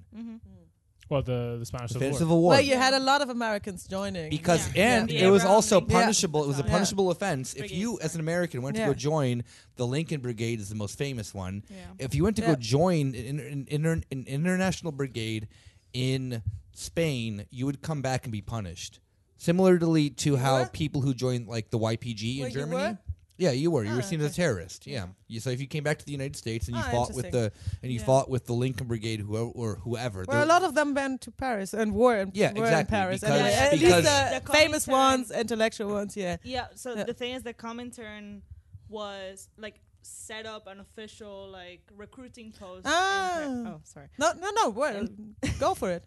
Speaker 1: Well, the the Spanish
Speaker 3: The
Speaker 1: Civil
Speaker 3: Spanish
Speaker 1: War.
Speaker 3: Civil War.
Speaker 2: Well, you had a lot of Americans joining
Speaker 3: because
Speaker 2: Yeah.
Speaker 3: and
Speaker 2: Yeah.
Speaker 3: it was
Speaker 4: Yeah.
Speaker 3: also
Speaker 4: Yeah.
Speaker 3: punishable. It was a
Speaker 4: Yeah.
Speaker 3: punishable offense if you,
Speaker 4: Brigades,
Speaker 3: as an American, went to
Speaker 2: Yeah.
Speaker 3: go join the Lincoln Brigade is the most famous one.
Speaker 4: Yeah.
Speaker 3: If you went to go
Speaker 2: Yeah.
Speaker 3: join an, an, inter- an international brigade in Spain, you would come back and be punished. Similarly to how
Speaker 2: were?
Speaker 3: people who joined like the YPG
Speaker 2: Wait,
Speaker 3: in
Speaker 2: you
Speaker 3: Germany.
Speaker 2: were?
Speaker 3: Yeah, you were. You
Speaker 2: Ah,
Speaker 3: were seen as a
Speaker 2: okay.
Speaker 3: terrorist. Yeah. You, so if you came back to the United States and you
Speaker 2: Ah,
Speaker 3: fought with the
Speaker 2: interesting.
Speaker 3: and you
Speaker 4: Yeah.
Speaker 3: fought with the Lincoln Brigade, whoever or whoever,
Speaker 2: Well,
Speaker 3: there-
Speaker 2: a lot of them went to Paris and were in,
Speaker 3: Yeah,
Speaker 2: were
Speaker 3: exactly,
Speaker 2: in Paris. and
Speaker 3: because-
Speaker 2: yeah, at
Speaker 3: because-
Speaker 2: least the,
Speaker 4: The
Speaker 2: famous
Speaker 4: Comintern-
Speaker 2: ones, intellectual ones, yeah.
Speaker 4: Yeah. So
Speaker 2: Yeah.
Speaker 4: the thing is, the Comintern was like set up an official like recruiting post. in Paris.
Speaker 2: Ah.
Speaker 4: Oh, sorry.
Speaker 2: No, no, no. Well, go for it.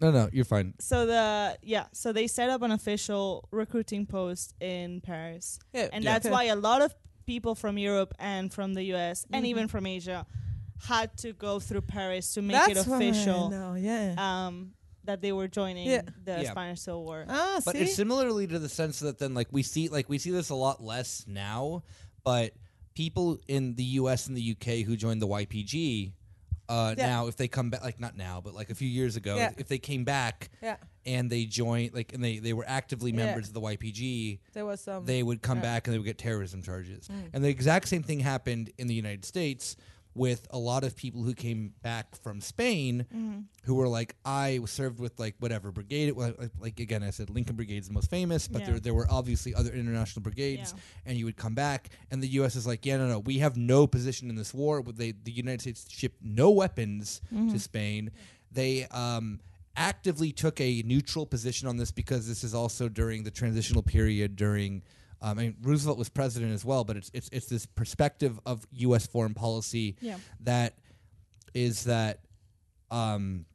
Speaker 3: no, no, you're fine.
Speaker 4: So the yeah, so they set up an official recruiting post in Paris,
Speaker 2: Yeah,
Speaker 4: and
Speaker 3: Yeah.
Speaker 4: that's
Speaker 2: okay.
Speaker 4: why a lot of people from Europe and from the U.S.
Speaker 2: Mm-hmm.
Speaker 4: and even from Asia had to go through Paris to make it
Speaker 2: That's why,
Speaker 4: official.
Speaker 2: No, yeah.
Speaker 4: Um, that they were joining
Speaker 2: Yeah.
Speaker 4: the
Speaker 3: Yeah.
Speaker 4: Spanish Civil War.
Speaker 2: Ah,
Speaker 3: But
Speaker 2: see?
Speaker 3: it's similarly to the sense that then like we see like we see this a lot less now, but people in the US and the UK who joined the YPG uh,
Speaker 2: Yeah.
Speaker 3: now if they come back like not now but like a few years ago
Speaker 2: Yeah.
Speaker 3: if they came back
Speaker 2: yeah,
Speaker 3: and they joined like and they they were actively
Speaker 2: Yeah.
Speaker 3: members of the YPG
Speaker 2: there was some.
Speaker 3: they would come
Speaker 2: yeah.
Speaker 3: back and they would get terrorism charges.
Speaker 4: Mm.
Speaker 3: And the exact same thing happened in the United States with a lot of people who came back from Spain
Speaker 4: Mm-hmm.
Speaker 3: who were like, I served with like whatever brigade. It was, like, like again, I said Lincoln Brigade's the most famous, but
Speaker 4: Yeah.
Speaker 3: there, there were obviously other international brigades.
Speaker 4: Yeah.
Speaker 3: And you would come back, and the U.S. is like, yeah, no, no, we have no position in this war. Would They, the United States shipped no weapons to Spain. They um, actively took a neutral position on this because this is also during the transitional period during. Um, I mean, Roosevelt was president as well, but it's it's it's this perspective of U.S. foreign policy
Speaker 4: Yeah.
Speaker 3: that is that um,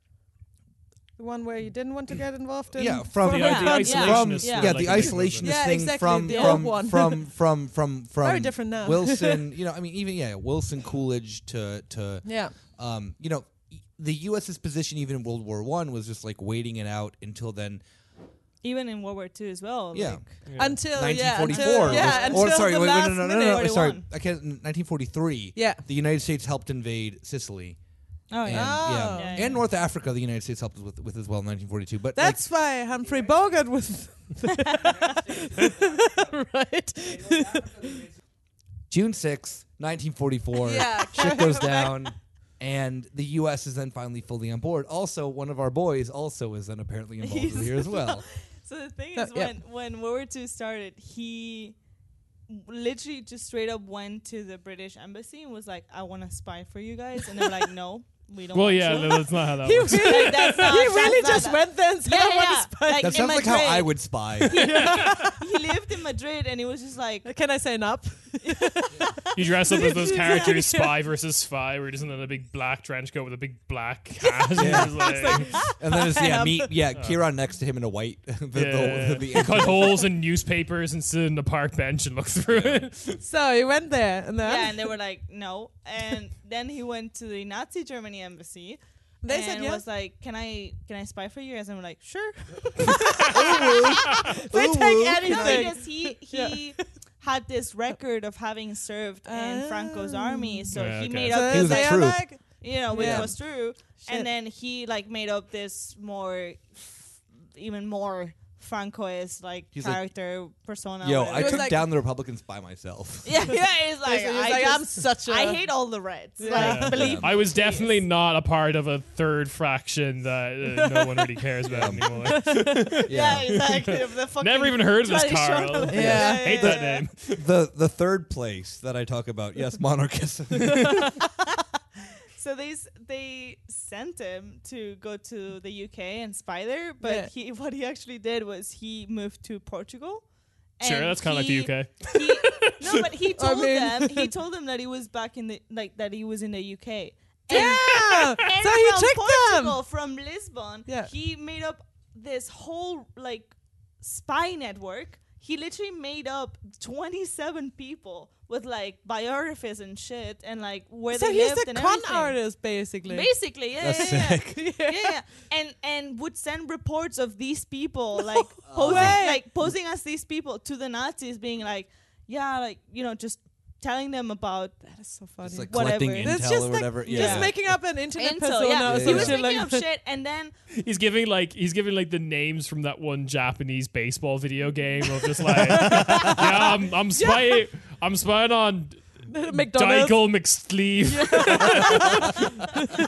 Speaker 2: the one where you didn't want to get involved in.
Speaker 3: yeah, from
Speaker 1: The-
Speaker 2: foreign
Speaker 1: the
Speaker 4: Yeah.
Speaker 2: conflict.
Speaker 4: isolation
Speaker 3: from,
Speaker 1: isolationist
Speaker 3: yeah,
Speaker 1: were like a
Speaker 3: the
Speaker 1: big movement.
Speaker 3: isolationist
Speaker 2: Yeah,
Speaker 3: thing
Speaker 2: exactly,
Speaker 3: from
Speaker 2: the
Speaker 3: from,
Speaker 2: old one.
Speaker 3: from from from from
Speaker 2: Very different now.
Speaker 3: Wilson, you know, I mean, even yeah, Wilson Coolidge to to
Speaker 2: Yeah.
Speaker 3: um, you know, e- the U.S.'s position even in World War One was just like waiting it out until then.
Speaker 4: Even in World War II as well.
Speaker 3: Yeah.
Speaker 4: Like,
Speaker 2: Until yeah,
Speaker 3: 1944.
Speaker 2: until,
Speaker 3: was-
Speaker 2: yeah,
Speaker 3: or
Speaker 2: until
Speaker 3: sorry,
Speaker 2: the
Speaker 3: wait,
Speaker 2: last
Speaker 3: no, no, no,
Speaker 2: minute.
Speaker 3: no, no, sorry,
Speaker 4: 41.
Speaker 3: I can't. 1943.
Speaker 2: Yeah.
Speaker 3: the United States helped invade Sicily.
Speaker 4: oh
Speaker 3: And,
Speaker 4: yeah.
Speaker 3: yeah.
Speaker 2: Oh.
Speaker 4: Yeah, yeah.
Speaker 3: and North Africa, the United States helped with, with as well in 1942. But like,
Speaker 2: That's why Humphrey Bogart was right.
Speaker 3: June 6th, 1944.
Speaker 2: Yeah,
Speaker 3: shit goes down. And the U.S. is then finally fully on board. Also, one of our boys also is then apparently involved
Speaker 4: He's-
Speaker 3: here as well.
Speaker 4: So the thing
Speaker 2: No,
Speaker 4: is,
Speaker 2: yeah.
Speaker 4: when when World War II started, he w- literally just straight up went to the British embassy and was like, "I want to spy for you guys," and they're like, "No, we don't."
Speaker 1: Well,
Speaker 4: want
Speaker 1: yeah,
Speaker 4: you."
Speaker 1: no, that's not how that
Speaker 2: He
Speaker 1: works.
Speaker 2: really,
Speaker 4: Like, that's not-
Speaker 2: he really
Speaker 4: that's
Speaker 2: just
Speaker 4: not-
Speaker 2: went there and said,
Speaker 4: Yeah,
Speaker 2: "I want
Speaker 4: yeah.
Speaker 2: to spy."
Speaker 4: Like,
Speaker 3: That
Speaker 4: in
Speaker 3: sounds like how
Speaker 4: Madrid.
Speaker 3: I would spy.
Speaker 4: he lived in Madrid, and it was just like,
Speaker 2: Can I say an up?
Speaker 1: You dress up as those
Speaker 2: Yeah.
Speaker 1: characters, spy versus spy, where you're just in a big black trench coat with a big black hat. and
Speaker 3: Yeah.
Speaker 1: just like-
Speaker 3: And then it's, yeah,
Speaker 2: Ham.
Speaker 3: me, yeah, Kieran next to him in a white. the, the-
Speaker 1: Yeah.
Speaker 3: the- the-
Speaker 1: cut holes in newspapers and sit in a park bench and look through it.
Speaker 2: So he went there, and then
Speaker 4: yeah, and they were like, "No," and then he went to the Nazi Germany embassy.
Speaker 2: They
Speaker 4: and
Speaker 2: said yes.
Speaker 4: was like, "Can I can I spy for you guys?" And we're like, "Sure."
Speaker 2: they
Speaker 3: Ooh,
Speaker 2: take
Speaker 4: no,
Speaker 2: anything.
Speaker 4: because he he had this record of having served in Franco's
Speaker 2: Oh.
Speaker 4: army, so
Speaker 1: Yeah,
Speaker 4: he
Speaker 1: okay.
Speaker 4: made
Speaker 1: So
Speaker 4: up
Speaker 3: He
Speaker 2: So
Speaker 4: this
Speaker 3: was a
Speaker 2: they are
Speaker 3: truth.
Speaker 2: like,
Speaker 4: you know, which
Speaker 2: Yeah.
Speaker 4: was true.
Speaker 2: Shit.
Speaker 4: And then he like made up this more, f- even more Francoist like
Speaker 3: He's like,
Speaker 4: character persona.
Speaker 3: Yo,
Speaker 4: whatever.
Speaker 3: I
Speaker 2: It was
Speaker 3: took
Speaker 2: like-
Speaker 3: down the Republicans by myself.
Speaker 4: yeah, yeah. It's like,
Speaker 2: Basically,
Speaker 4: I,
Speaker 2: he's like,
Speaker 4: just,
Speaker 2: I'm such a.
Speaker 4: I hate all the Reds.
Speaker 2: Yeah.
Speaker 1: Yeah.
Speaker 4: Like, believe
Speaker 1: I was definitely not a part of a third fraction that uh, no one really cares about
Speaker 3: Um,
Speaker 1: anymore.
Speaker 4: yeah, exactly. The fucking
Speaker 1: Never even heard of this
Speaker 4: Charlie Short
Speaker 1: Carl.
Speaker 4: of-
Speaker 3: Yeah.
Speaker 1: Hate that name.
Speaker 3: the the third place that I talk about, yes, monarchism.
Speaker 4: So they s- they sent him to go to the UK and spy there, but
Speaker 2: Yeah.
Speaker 4: he what he actually did was he moved to Portugal.
Speaker 1: Sure,
Speaker 4: and
Speaker 1: that's kind of like
Speaker 4: he-
Speaker 1: the UK.
Speaker 4: he, no, but he told
Speaker 2: mean-
Speaker 4: them he told them that he was back in the like that he was in the UK. And,
Speaker 2: Yeah.
Speaker 4: and
Speaker 2: so he
Speaker 4: from
Speaker 2: tricked
Speaker 4: Portugal,
Speaker 2: them.
Speaker 4: from Lisbon.
Speaker 2: Yeah.
Speaker 4: he made up this whole like spy network. He literally made up twenty seven people with like biographies and shit and like where
Speaker 2: So
Speaker 4: they
Speaker 2: he's
Speaker 4: lived
Speaker 2: the
Speaker 4: and
Speaker 2: con
Speaker 4: everything.
Speaker 2: artist, basically.
Speaker 4: Basically, yeah,
Speaker 3: That's
Speaker 4: yeah, yeah.
Speaker 3: sick.
Speaker 4: yeah, yeah, and and would send reports of these people like posing,
Speaker 2: way.
Speaker 4: like posing as these people to the Nazis, being like, yeah, like you know, just telling them about
Speaker 2: That is so funny.
Speaker 3: It's like
Speaker 4: Whatever.
Speaker 3: collecting
Speaker 4: That's
Speaker 3: intel
Speaker 2: That's just
Speaker 3: or
Speaker 2: like
Speaker 3: whatever. yeah.
Speaker 2: just making up an internet
Speaker 4: intel.
Speaker 2: persona
Speaker 4: Yeah,
Speaker 2: or
Speaker 3: Yeah,
Speaker 4: he
Speaker 2: something
Speaker 4: was
Speaker 3: yeah.
Speaker 4: making
Speaker 2: like
Speaker 4: up
Speaker 2: that.
Speaker 4: shit, and then
Speaker 1: He's giving like he's giving like the names from that one Japanese baseball video game of just like yeah, I'm, I'm spying I'm spying on
Speaker 2: McDonald's.
Speaker 1: Dykel McSleeve.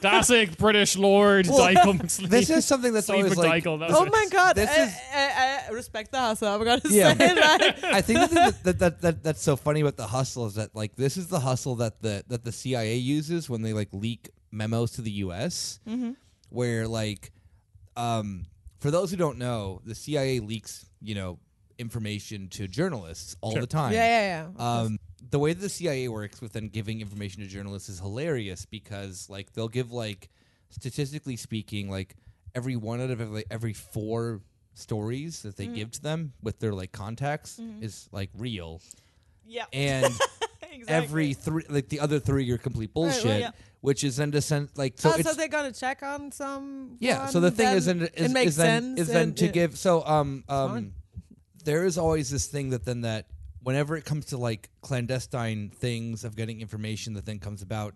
Speaker 1: Classic British lord
Speaker 3: Well,
Speaker 1: Dykel McSleeve.
Speaker 3: this is something that's
Speaker 1: Sleeve
Speaker 3: always like.
Speaker 1: McDykel, that was
Speaker 2: Oh
Speaker 1: it.
Speaker 2: my god!
Speaker 3: This
Speaker 2: I,
Speaker 3: is-
Speaker 2: I, I eh, respect the hustle. I'm gonna
Speaker 3: Yeah.
Speaker 2: say like,
Speaker 3: I think the thing that, that, that, that that's so funny about the hustle is that like this is the hustle that the that the CIA uses when they like leak memos to the U.S.
Speaker 2: Mm-hmm.
Speaker 3: Where like, um, for those who don't know, the CIA leaks you know information to journalists all
Speaker 1: Sure.
Speaker 3: the time.
Speaker 2: yeah, yeah, Uh, yeah.
Speaker 3: Um, the way that the CIA works with then giving information to journalists is hilarious because like they'll give like statistically speaking like every one out of every, every four stories that they give to them with their like contacts is like real
Speaker 4: yeah,
Speaker 3: and every three, like the other three are complete
Speaker 2: Right, right,
Speaker 3: bullshit,
Speaker 4: yeah.
Speaker 3: which is then to send like so.
Speaker 2: oh,
Speaker 3: it's,
Speaker 2: so they're gonna check on some.
Speaker 3: yeah. So
Speaker 2: one,
Speaker 3: the thing
Speaker 2: then
Speaker 3: is, then, is,
Speaker 2: it makes
Speaker 3: is then,
Speaker 2: sense.
Speaker 3: is then
Speaker 2: and
Speaker 3: to
Speaker 2: it-
Speaker 3: give. So um um,
Speaker 2: fine.
Speaker 3: there is always this thing that then that whenever it comes to like clandestine things of getting information that then comes about,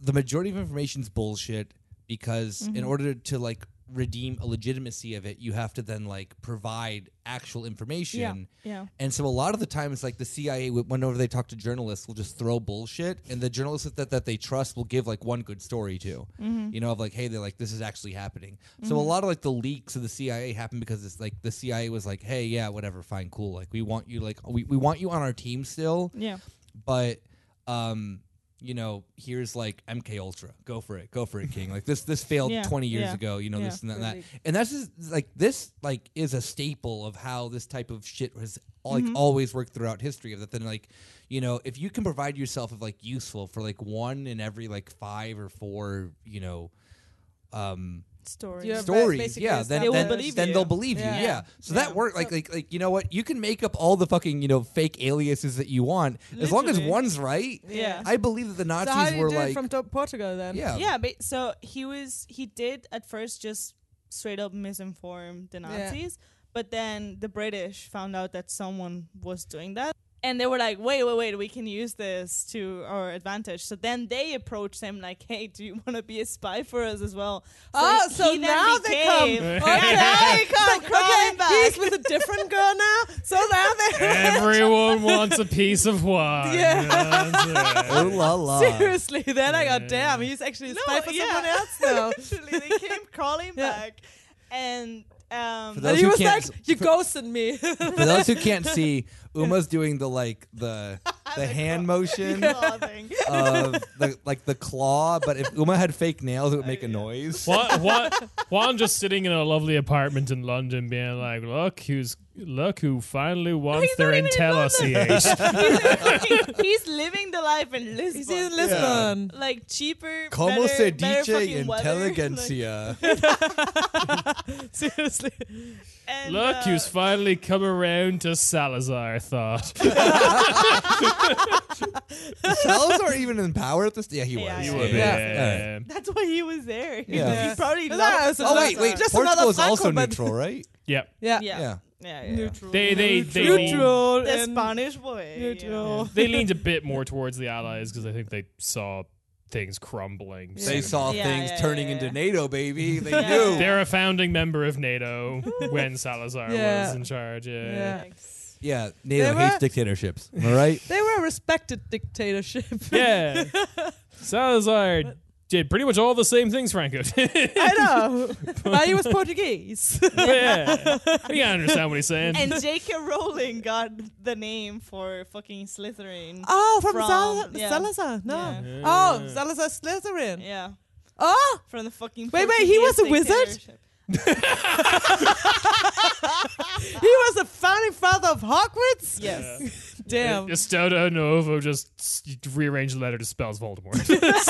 Speaker 3: the majority of information's bullshit because
Speaker 2: Mm-hmm.
Speaker 3: in order to like redeem a legitimacy of it, you have to then like provide actual information.
Speaker 4: Yeah.
Speaker 3: And so a lot of the time, it's like the CIA, w- whenever they talk to journalists, will just throw bullshit, and the journalists that, that they trust will give like one good story to, you know, of like, hey, they're like, this is actually happening. So a lot of like the leaks of the CIA happened because it's like the CIA was like, hey, yeah, whatever, fine, cool, like we want you, like we, we want you on our team still,
Speaker 4: Yeah.
Speaker 3: but um you know here's like mk ultra go for it go for it king like this this failed
Speaker 4: Yeah,
Speaker 3: 20 years
Speaker 4: yeah,
Speaker 3: ago you know
Speaker 4: yeah.
Speaker 3: this and that, and that
Speaker 2: Really.
Speaker 3: and that's just like this like is a staple of how this type of shit has like
Speaker 4: Mm-hmm.
Speaker 3: always worked throughout history of that then like you know if you can provide yourself of like useful for like one in every like five or four you know um
Speaker 4: Story.
Speaker 2: You have ba-
Speaker 3: stories
Speaker 2: basically
Speaker 3: yeah
Speaker 2: established-
Speaker 3: then,
Speaker 4: They will
Speaker 3: then,
Speaker 4: believe
Speaker 3: then
Speaker 4: you.
Speaker 3: they'll believe you yeah,
Speaker 2: Yeah.
Speaker 3: so that worked like like like you know what you can make up all the fucking you know fake aliases that you want as long as
Speaker 4: Literally.
Speaker 3: one's right
Speaker 4: Yeah.
Speaker 3: I believe that the
Speaker 2: So how
Speaker 3: Nazis
Speaker 2: do you
Speaker 3: were
Speaker 2: do
Speaker 3: like,
Speaker 2: it from to- Portugal then?
Speaker 3: yeah,
Speaker 4: yeah, but so he was he did at first just straight up misinform the
Speaker 2: Yeah.
Speaker 4: Nazis, but then the British found out that someone was doing that. And they were like, wait, wait, wait, we can use this to our advantage. So then they approached him like, hey, do you want to be a spy for us as well? So
Speaker 2: Oh,
Speaker 4: he-
Speaker 2: so
Speaker 4: he then
Speaker 2: now they come. Oh,
Speaker 4: became-
Speaker 2: Okay,
Speaker 4: Yeah, now they come
Speaker 2: okay,
Speaker 4: crawling back.
Speaker 2: he's with a different girl now. So now they.
Speaker 1: Everyone wants a piece of wine.
Speaker 2: Yeah.
Speaker 1: That's it.
Speaker 3: oh la la.
Speaker 2: Seriously, then I got damn. He's actually a spy for someone else now.
Speaker 4: Literally, they came crawling
Speaker 2: Yeah.
Speaker 4: back. And um,
Speaker 3: For the-
Speaker 2: And
Speaker 3: Those
Speaker 2: he
Speaker 3: who
Speaker 2: was
Speaker 3: can't
Speaker 2: like,
Speaker 3: s-
Speaker 2: "You ghosted me."
Speaker 3: For those who can't see, Uma's doing the like the the hand motion
Speaker 4: claw thing.
Speaker 3: of the like the claw, but if Uma had fake nails, it would make a noise.
Speaker 1: Juan, Juan, Juan just sitting in a lovely apartment in London, being like, "Look who's look who finally wants
Speaker 4: he's
Speaker 1: their
Speaker 4: not even in
Speaker 1: intellice."
Speaker 4: he's, he's living the life in Lisbon.
Speaker 2: he's in Lisbon.
Speaker 4: Like cheaper,
Speaker 3: Como
Speaker 4: better,
Speaker 3: se
Speaker 4: better
Speaker 3: dice
Speaker 4: fucking weather,
Speaker 3: inteligencia?
Speaker 2: Seriously,
Speaker 4: like- and,
Speaker 1: look
Speaker 4: uh,
Speaker 1: who's finally come around to Salazar thought.
Speaker 3: Salazar even in power at this? Yeah, he was.
Speaker 4: Yeah,
Speaker 1: He
Speaker 4: yeah,
Speaker 1: would be,
Speaker 2: Yeah.
Speaker 1: yeah.
Speaker 4: That's why he was there. He-
Speaker 3: Yeah.
Speaker 4: He probably
Speaker 2: Yeah.
Speaker 4: loved
Speaker 2: Yeah.
Speaker 3: Oh wait,
Speaker 4: uh,
Speaker 3: wait.
Speaker 2: Just another
Speaker 3: Portugal is
Speaker 2: Franco,
Speaker 3: also
Speaker 2: but-
Speaker 3: neutral, right?
Speaker 1: Yep.
Speaker 2: yeah.
Speaker 4: Yeah.
Speaker 3: Yeah.
Speaker 4: Yeah. yeah, yeah.
Speaker 2: Neutral.
Speaker 1: They- they- they
Speaker 2: neutral.
Speaker 1: mean-
Speaker 4: The
Speaker 2: and
Speaker 4: Spanish boy. you know.
Speaker 2: neutral.
Speaker 1: They leaned a bit more towards the Allies because I think they saw things crumbling.
Speaker 2: They
Speaker 3: They
Speaker 1: soon.
Speaker 3: saw
Speaker 4: Yeah,
Speaker 3: things
Speaker 4: yeah,
Speaker 3: turning
Speaker 4: yeah,
Speaker 3: into
Speaker 4: yeah.
Speaker 3: NATO, baby. They
Speaker 4: Yeah.
Speaker 3: knew.
Speaker 1: They're a founding member of NATO when Salazar
Speaker 2: Yeah.
Speaker 1: was in charge. Yeah.
Speaker 2: Yeah.
Speaker 4: Thanks.
Speaker 3: Yeah,
Speaker 2: They
Speaker 3: NATO hates
Speaker 2: were-
Speaker 3: dictatorships. Am I right?
Speaker 2: They were a respected dictatorship.
Speaker 1: Yeah. Salazar did pretty much all the same things Franco did.
Speaker 2: I know. but he was Portuguese.
Speaker 1: yeah. We gotta understand what he's saying.
Speaker 4: And J.K. Rowling got the name for fucking Slytherin.
Speaker 2: Oh, from,
Speaker 4: From-
Speaker 2: Sal-
Speaker 4: yeah.
Speaker 2: Salazar. No.
Speaker 4: Yeah.
Speaker 2: Oh, Salazar Slytherin.
Speaker 4: Yeah.
Speaker 2: Oh,
Speaker 4: From the fucking.
Speaker 2: Wait, wait, he was
Speaker 4: Portuguese
Speaker 2: a wizard?
Speaker 4: dictatorship.
Speaker 2: he was the founding father of Hogwarts.
Speaker 4: Yes.
Speaker 2: Damn.
Speaker 1: Estodo Novo just s- rearranged the letter to spells Voldemort S-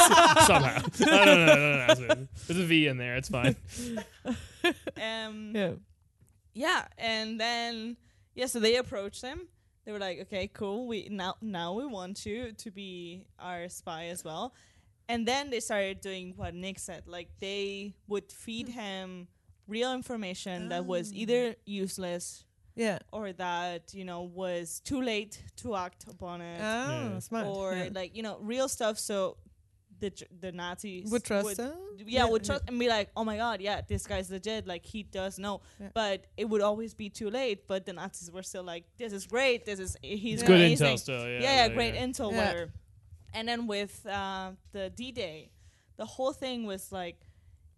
Speaker 1: somehow. I don't know. I don't know. There's a V in there. It's fine.
Speaker 4: Um,
Speaker 2: yeah.
Speaker 4: Yeah, and then yeah, so they approached him. They were like, "Okay, cool. We now now we want you to be our spy as well." And then they started doing what Nick said. Like they would feed
Speaker 2: Hmm.
Speaker 4: him real information that
Speaker 2: Ah.
Speaker 4: was either useless
Speaker 2: Yeah.
Speaker 4: or that you know was too late to act upon
Speaker 2: Oh,
Speaker 4: it,
Speaker 1: Yeah.
Speaker 2: smart.
Speaker 4: or
Speaker 2: yeah.
Speaker 4: like you know real stuff. So the J- the Nazis
Speaker 2: would trust
Speaker 4: would-
Speaker 2: her?
Speaker 4: yeah, would trust and be like, oh my god, yeah, this guy's legit. Like he does know,
Speaker 2: Yeah.
Speaker 4: but it would always be too late. But the Nazis were still like, this is great. This is he's
Speaker 1: It's good
Speaker 4: amazing.
Speaker 1: intel still. Yeah,
Speaker 4: Yeah, yeah,
Speaker 1: like,
Speaker 4: great intel.
Speaker 2: Yeah.
Speaker 4: Whatever. And then with uh, the D Day, the whole thing was like,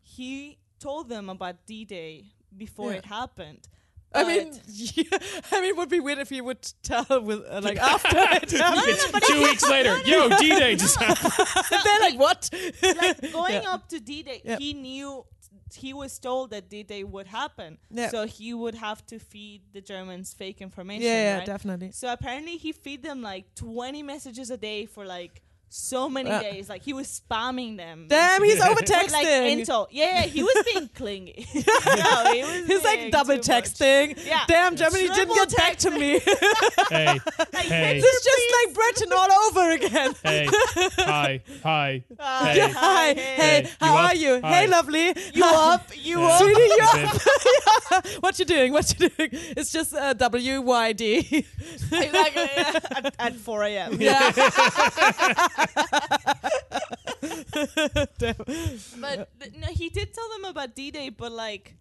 Speaker 4: he told them about D Day before
Speaker 2: Yeah.
Speaker 4: it happened.
Speaker 2: I
Speaker 4: But-
Speaker 2: mean, yeah, I mean, it would be weird if you would tell with uh, like after it happened.
Speaker 1: It's two weeks later. Yo, D Day just happened.
Speaker 2: They're like, what?
Speaker 4: like going
Speaker 2: Yeah.
Speaker 4: up to D Day,
Speaker 2: Yeah.
Speaker 4: he knew he was told that D Day would happen.
Speaker 2: Yeah.
Speaker 4: So he would have to feed the Germans fake information.
Speaker 2: yeah, yeah,
Speaker 4: right?
Speaker 2: definitely.
Speaker 4: So apparently he feed them like 20 messages a day for like so many
Speaker 2: Uh,
Speaker 4: days. Like he was spamming them.
Speaker 2: Damn, he's over
Speaker 4: With,
Speaker 2: texting.
Speaker 4: like intel. Yeah, yeah, he was being clingy. no, he was
Speaker 2: He's like
Speaker 4: being
Speaker 2: double
Speaker 4: too much.
Speaker 2: texting.
Speaker 4: Yeah.
Speaker 2: Damn, Germany didn't
Speaker 4: Triple
Speaker 2: get back to me.
Speaker 1: hey,
Speaker 4: Like,
Speaker 1: Hey.
Speaker 2: this is just like Britain all over again.
Speaker 1: hey, hi, hi.
Speaker 4: uh,
Speaker 1: Hey.
Speaker 2: Hi, hey,
Speaker 1: Hey,
Speaker 2: how
Speaker 1: you
Speaker 2: are
Speaker 1: up?
Speaker 2: you?
Speaker 1: Hi.
Speaker 2: Hey, lovely.
Speaker 4: you
Speaker 2: Hi.
Speaker 4: up, you
Speaker 1: Yeah.
Speaker 4: up.
Speaker 2: Sweetie, you up?
Speaker 1: That's it.
Speaker 2: What you doing? What you doing? It's just uh, W Y D.
Speaker 4: like, uh, at, at 4 a.m.
Speaker 2: Yeah.
Speaker 4: But th- no, he did tell them about D-Day, but like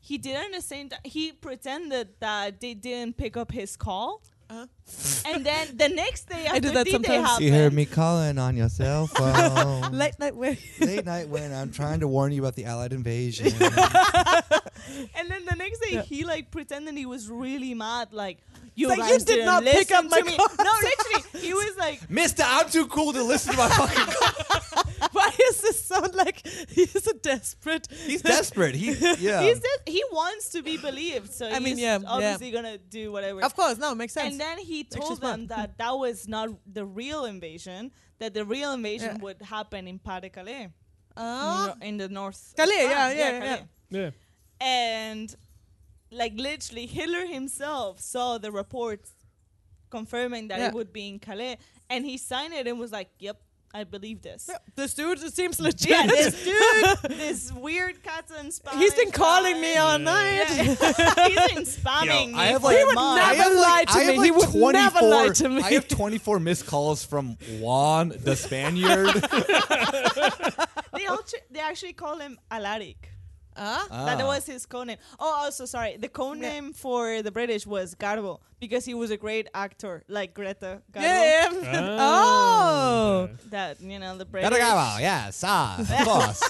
Speaker 4: he didn't the same time. He pretended that they didn't pick up his call. And then the next day
Speaker 2: Uh-huh.
Speaker 4: after
Speaker 2: I do that
Speaker 4: D-Day
Speaker 2: sometimes.
Speaker 4: happened,
Speaker 3: You heard me calling on your cell phone.
Speaker 2: Late night way.
Speaker 3: Late night when I'm trying to warn you about the Allied invasion.
Speaker 4: and then the next day he like pretended he was really mad, like you
Speaker 2: Like, you
Speaker 4: guys
Speaker 2: did
Speaker 4: didn't
Speaker 2: not pick
Speaker 4: listen
Speaker 2: up my
Speaker 4: to me.
Speaker 2: call.
Speaker 4: No, literally, he was like,
Speaker 3: Mister, I'm too cool to listen to my fucking.
Speaker 2: Why does this sound like he's a desperate?
Speaker 3: He's desperate. He yeah.
Speaker 4: he's just, he wants to be believed, so
Speaker 2: I
Speaker 4: he's
Speaker 2: mean, yeah, yeah.
Speaker 4: obviously gonna do whatever.
Speaker 2: Of course, no, it makes sense.
Speaker 4: And then he
Speaker 2: you
Speaker 4: told
Speaker 2: smart.
Speaker 4: them that that was not the real invasion, that the real invasion
Speaker 2: Yeah.
Speaker 4: would happen in Pas de Calais,
Speaker 2: oh.
Speaker 4: in the north. Ah, of
Speaker 2: Calais, yeah,
Speaker 4: France.
Speaker 2: yeah, yeah.
Speaker 1: Yeah.
Speaker 4: And like literally, Hitler himself saw the report confirming that
Speaker 2: Yeah.
Speaker 4: it would be in Calais, and he signed it and was like, "Yep, I believe this."
Speaker 2: This dude it seems legit.
Speaker 4: Yeah, this dude, this weird cousin Spanish.
Speaker 2: He's been calling me
Speaker 4: guy.
Speaker 2: all
Speaker 1: Yeah.
Speaker 2: night.
Speaker 4: Yeah. He's been spamming me.
Speaker 3: I have
Speaker 4: for
Speaker 3: like
Speaker 4: a month.
Speaker 3: I
Speaker 2: never
Speaker 3: have
Speaker 2: lie
Speaker 3: like,
Speaker 2: to
Speaker 3: I have
Speaker 2: me.
Speaker 3: like
Speaker 2: He would
Speaker 3: 24
Speaker 2: never lie to me.
Speaker 3: I have 24 missed calls from Juan the Spaniard.
Speaker 4: they, all ch- they actually call him Alaric.
Speaker 2: Huh?
Speaker 3: Ah.
Speaker 4: That was his code name. Oh, also sorry. The code
Speaker 2: Yeah.
Speaker 4: name for the British was Garbo because he was a great actor, like Greta Garbo.
Speaker 2: yeah, yeah. Oh.
Speaker 4: That you know the British.
Speaker 3: Garagabo, yes, ah, of course.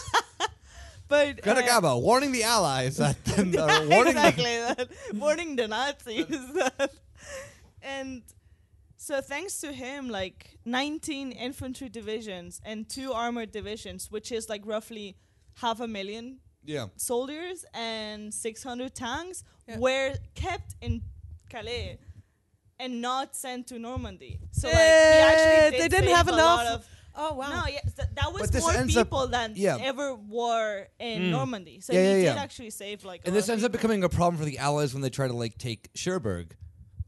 Speaker 4: But uh,
Speaker 3: Garagabo, warning the Allies. That, and, uh, warning
Speaker 4: exactly that. warning the Nazis. and so thanks to him, like 19 infantry divisions and two armored divisions, which is like roughly half a million
Speaker 3: the, yeah.
Speaker 4: soldiers and 600 tanks
Speaker 2: Yeah.
Speaker 4: were kept in Calais and not sent to Normandy. So like, he
Speaker 3: Eh,
Speaker 2: Yeah,
Speaker 4: actually
Speaker 2: they
Speaker 4: did
Speaker 2: didn't
Speaker 4: save
Speaker 2: have
Speaker 4: a
Speaker 2: enough.
Speaker 4: lot of.
Speaker 2: Oh wow.
Speaker 4: No, yes, th- that was
Speaker 3: But this
Speaker 4: more
Speaker 3: ends up-
Speaker 4: people than
Speaker 3: yeah. Hmm.
Speaker 4: ever war in Normandy. So
Speaker 3: Yeah, yeah,
Speaker 4: he
Speaker 3: yeah.
Speaker 4: did actually save like. a
Speaker 3: And
Speaker 4: lot
Speaker 3: this
Speaker 4: of
Speaker 3: ends up
Speaker 4: people.
Speaker 3: becoming a problem for the Allies when they try to like take Cherbourg,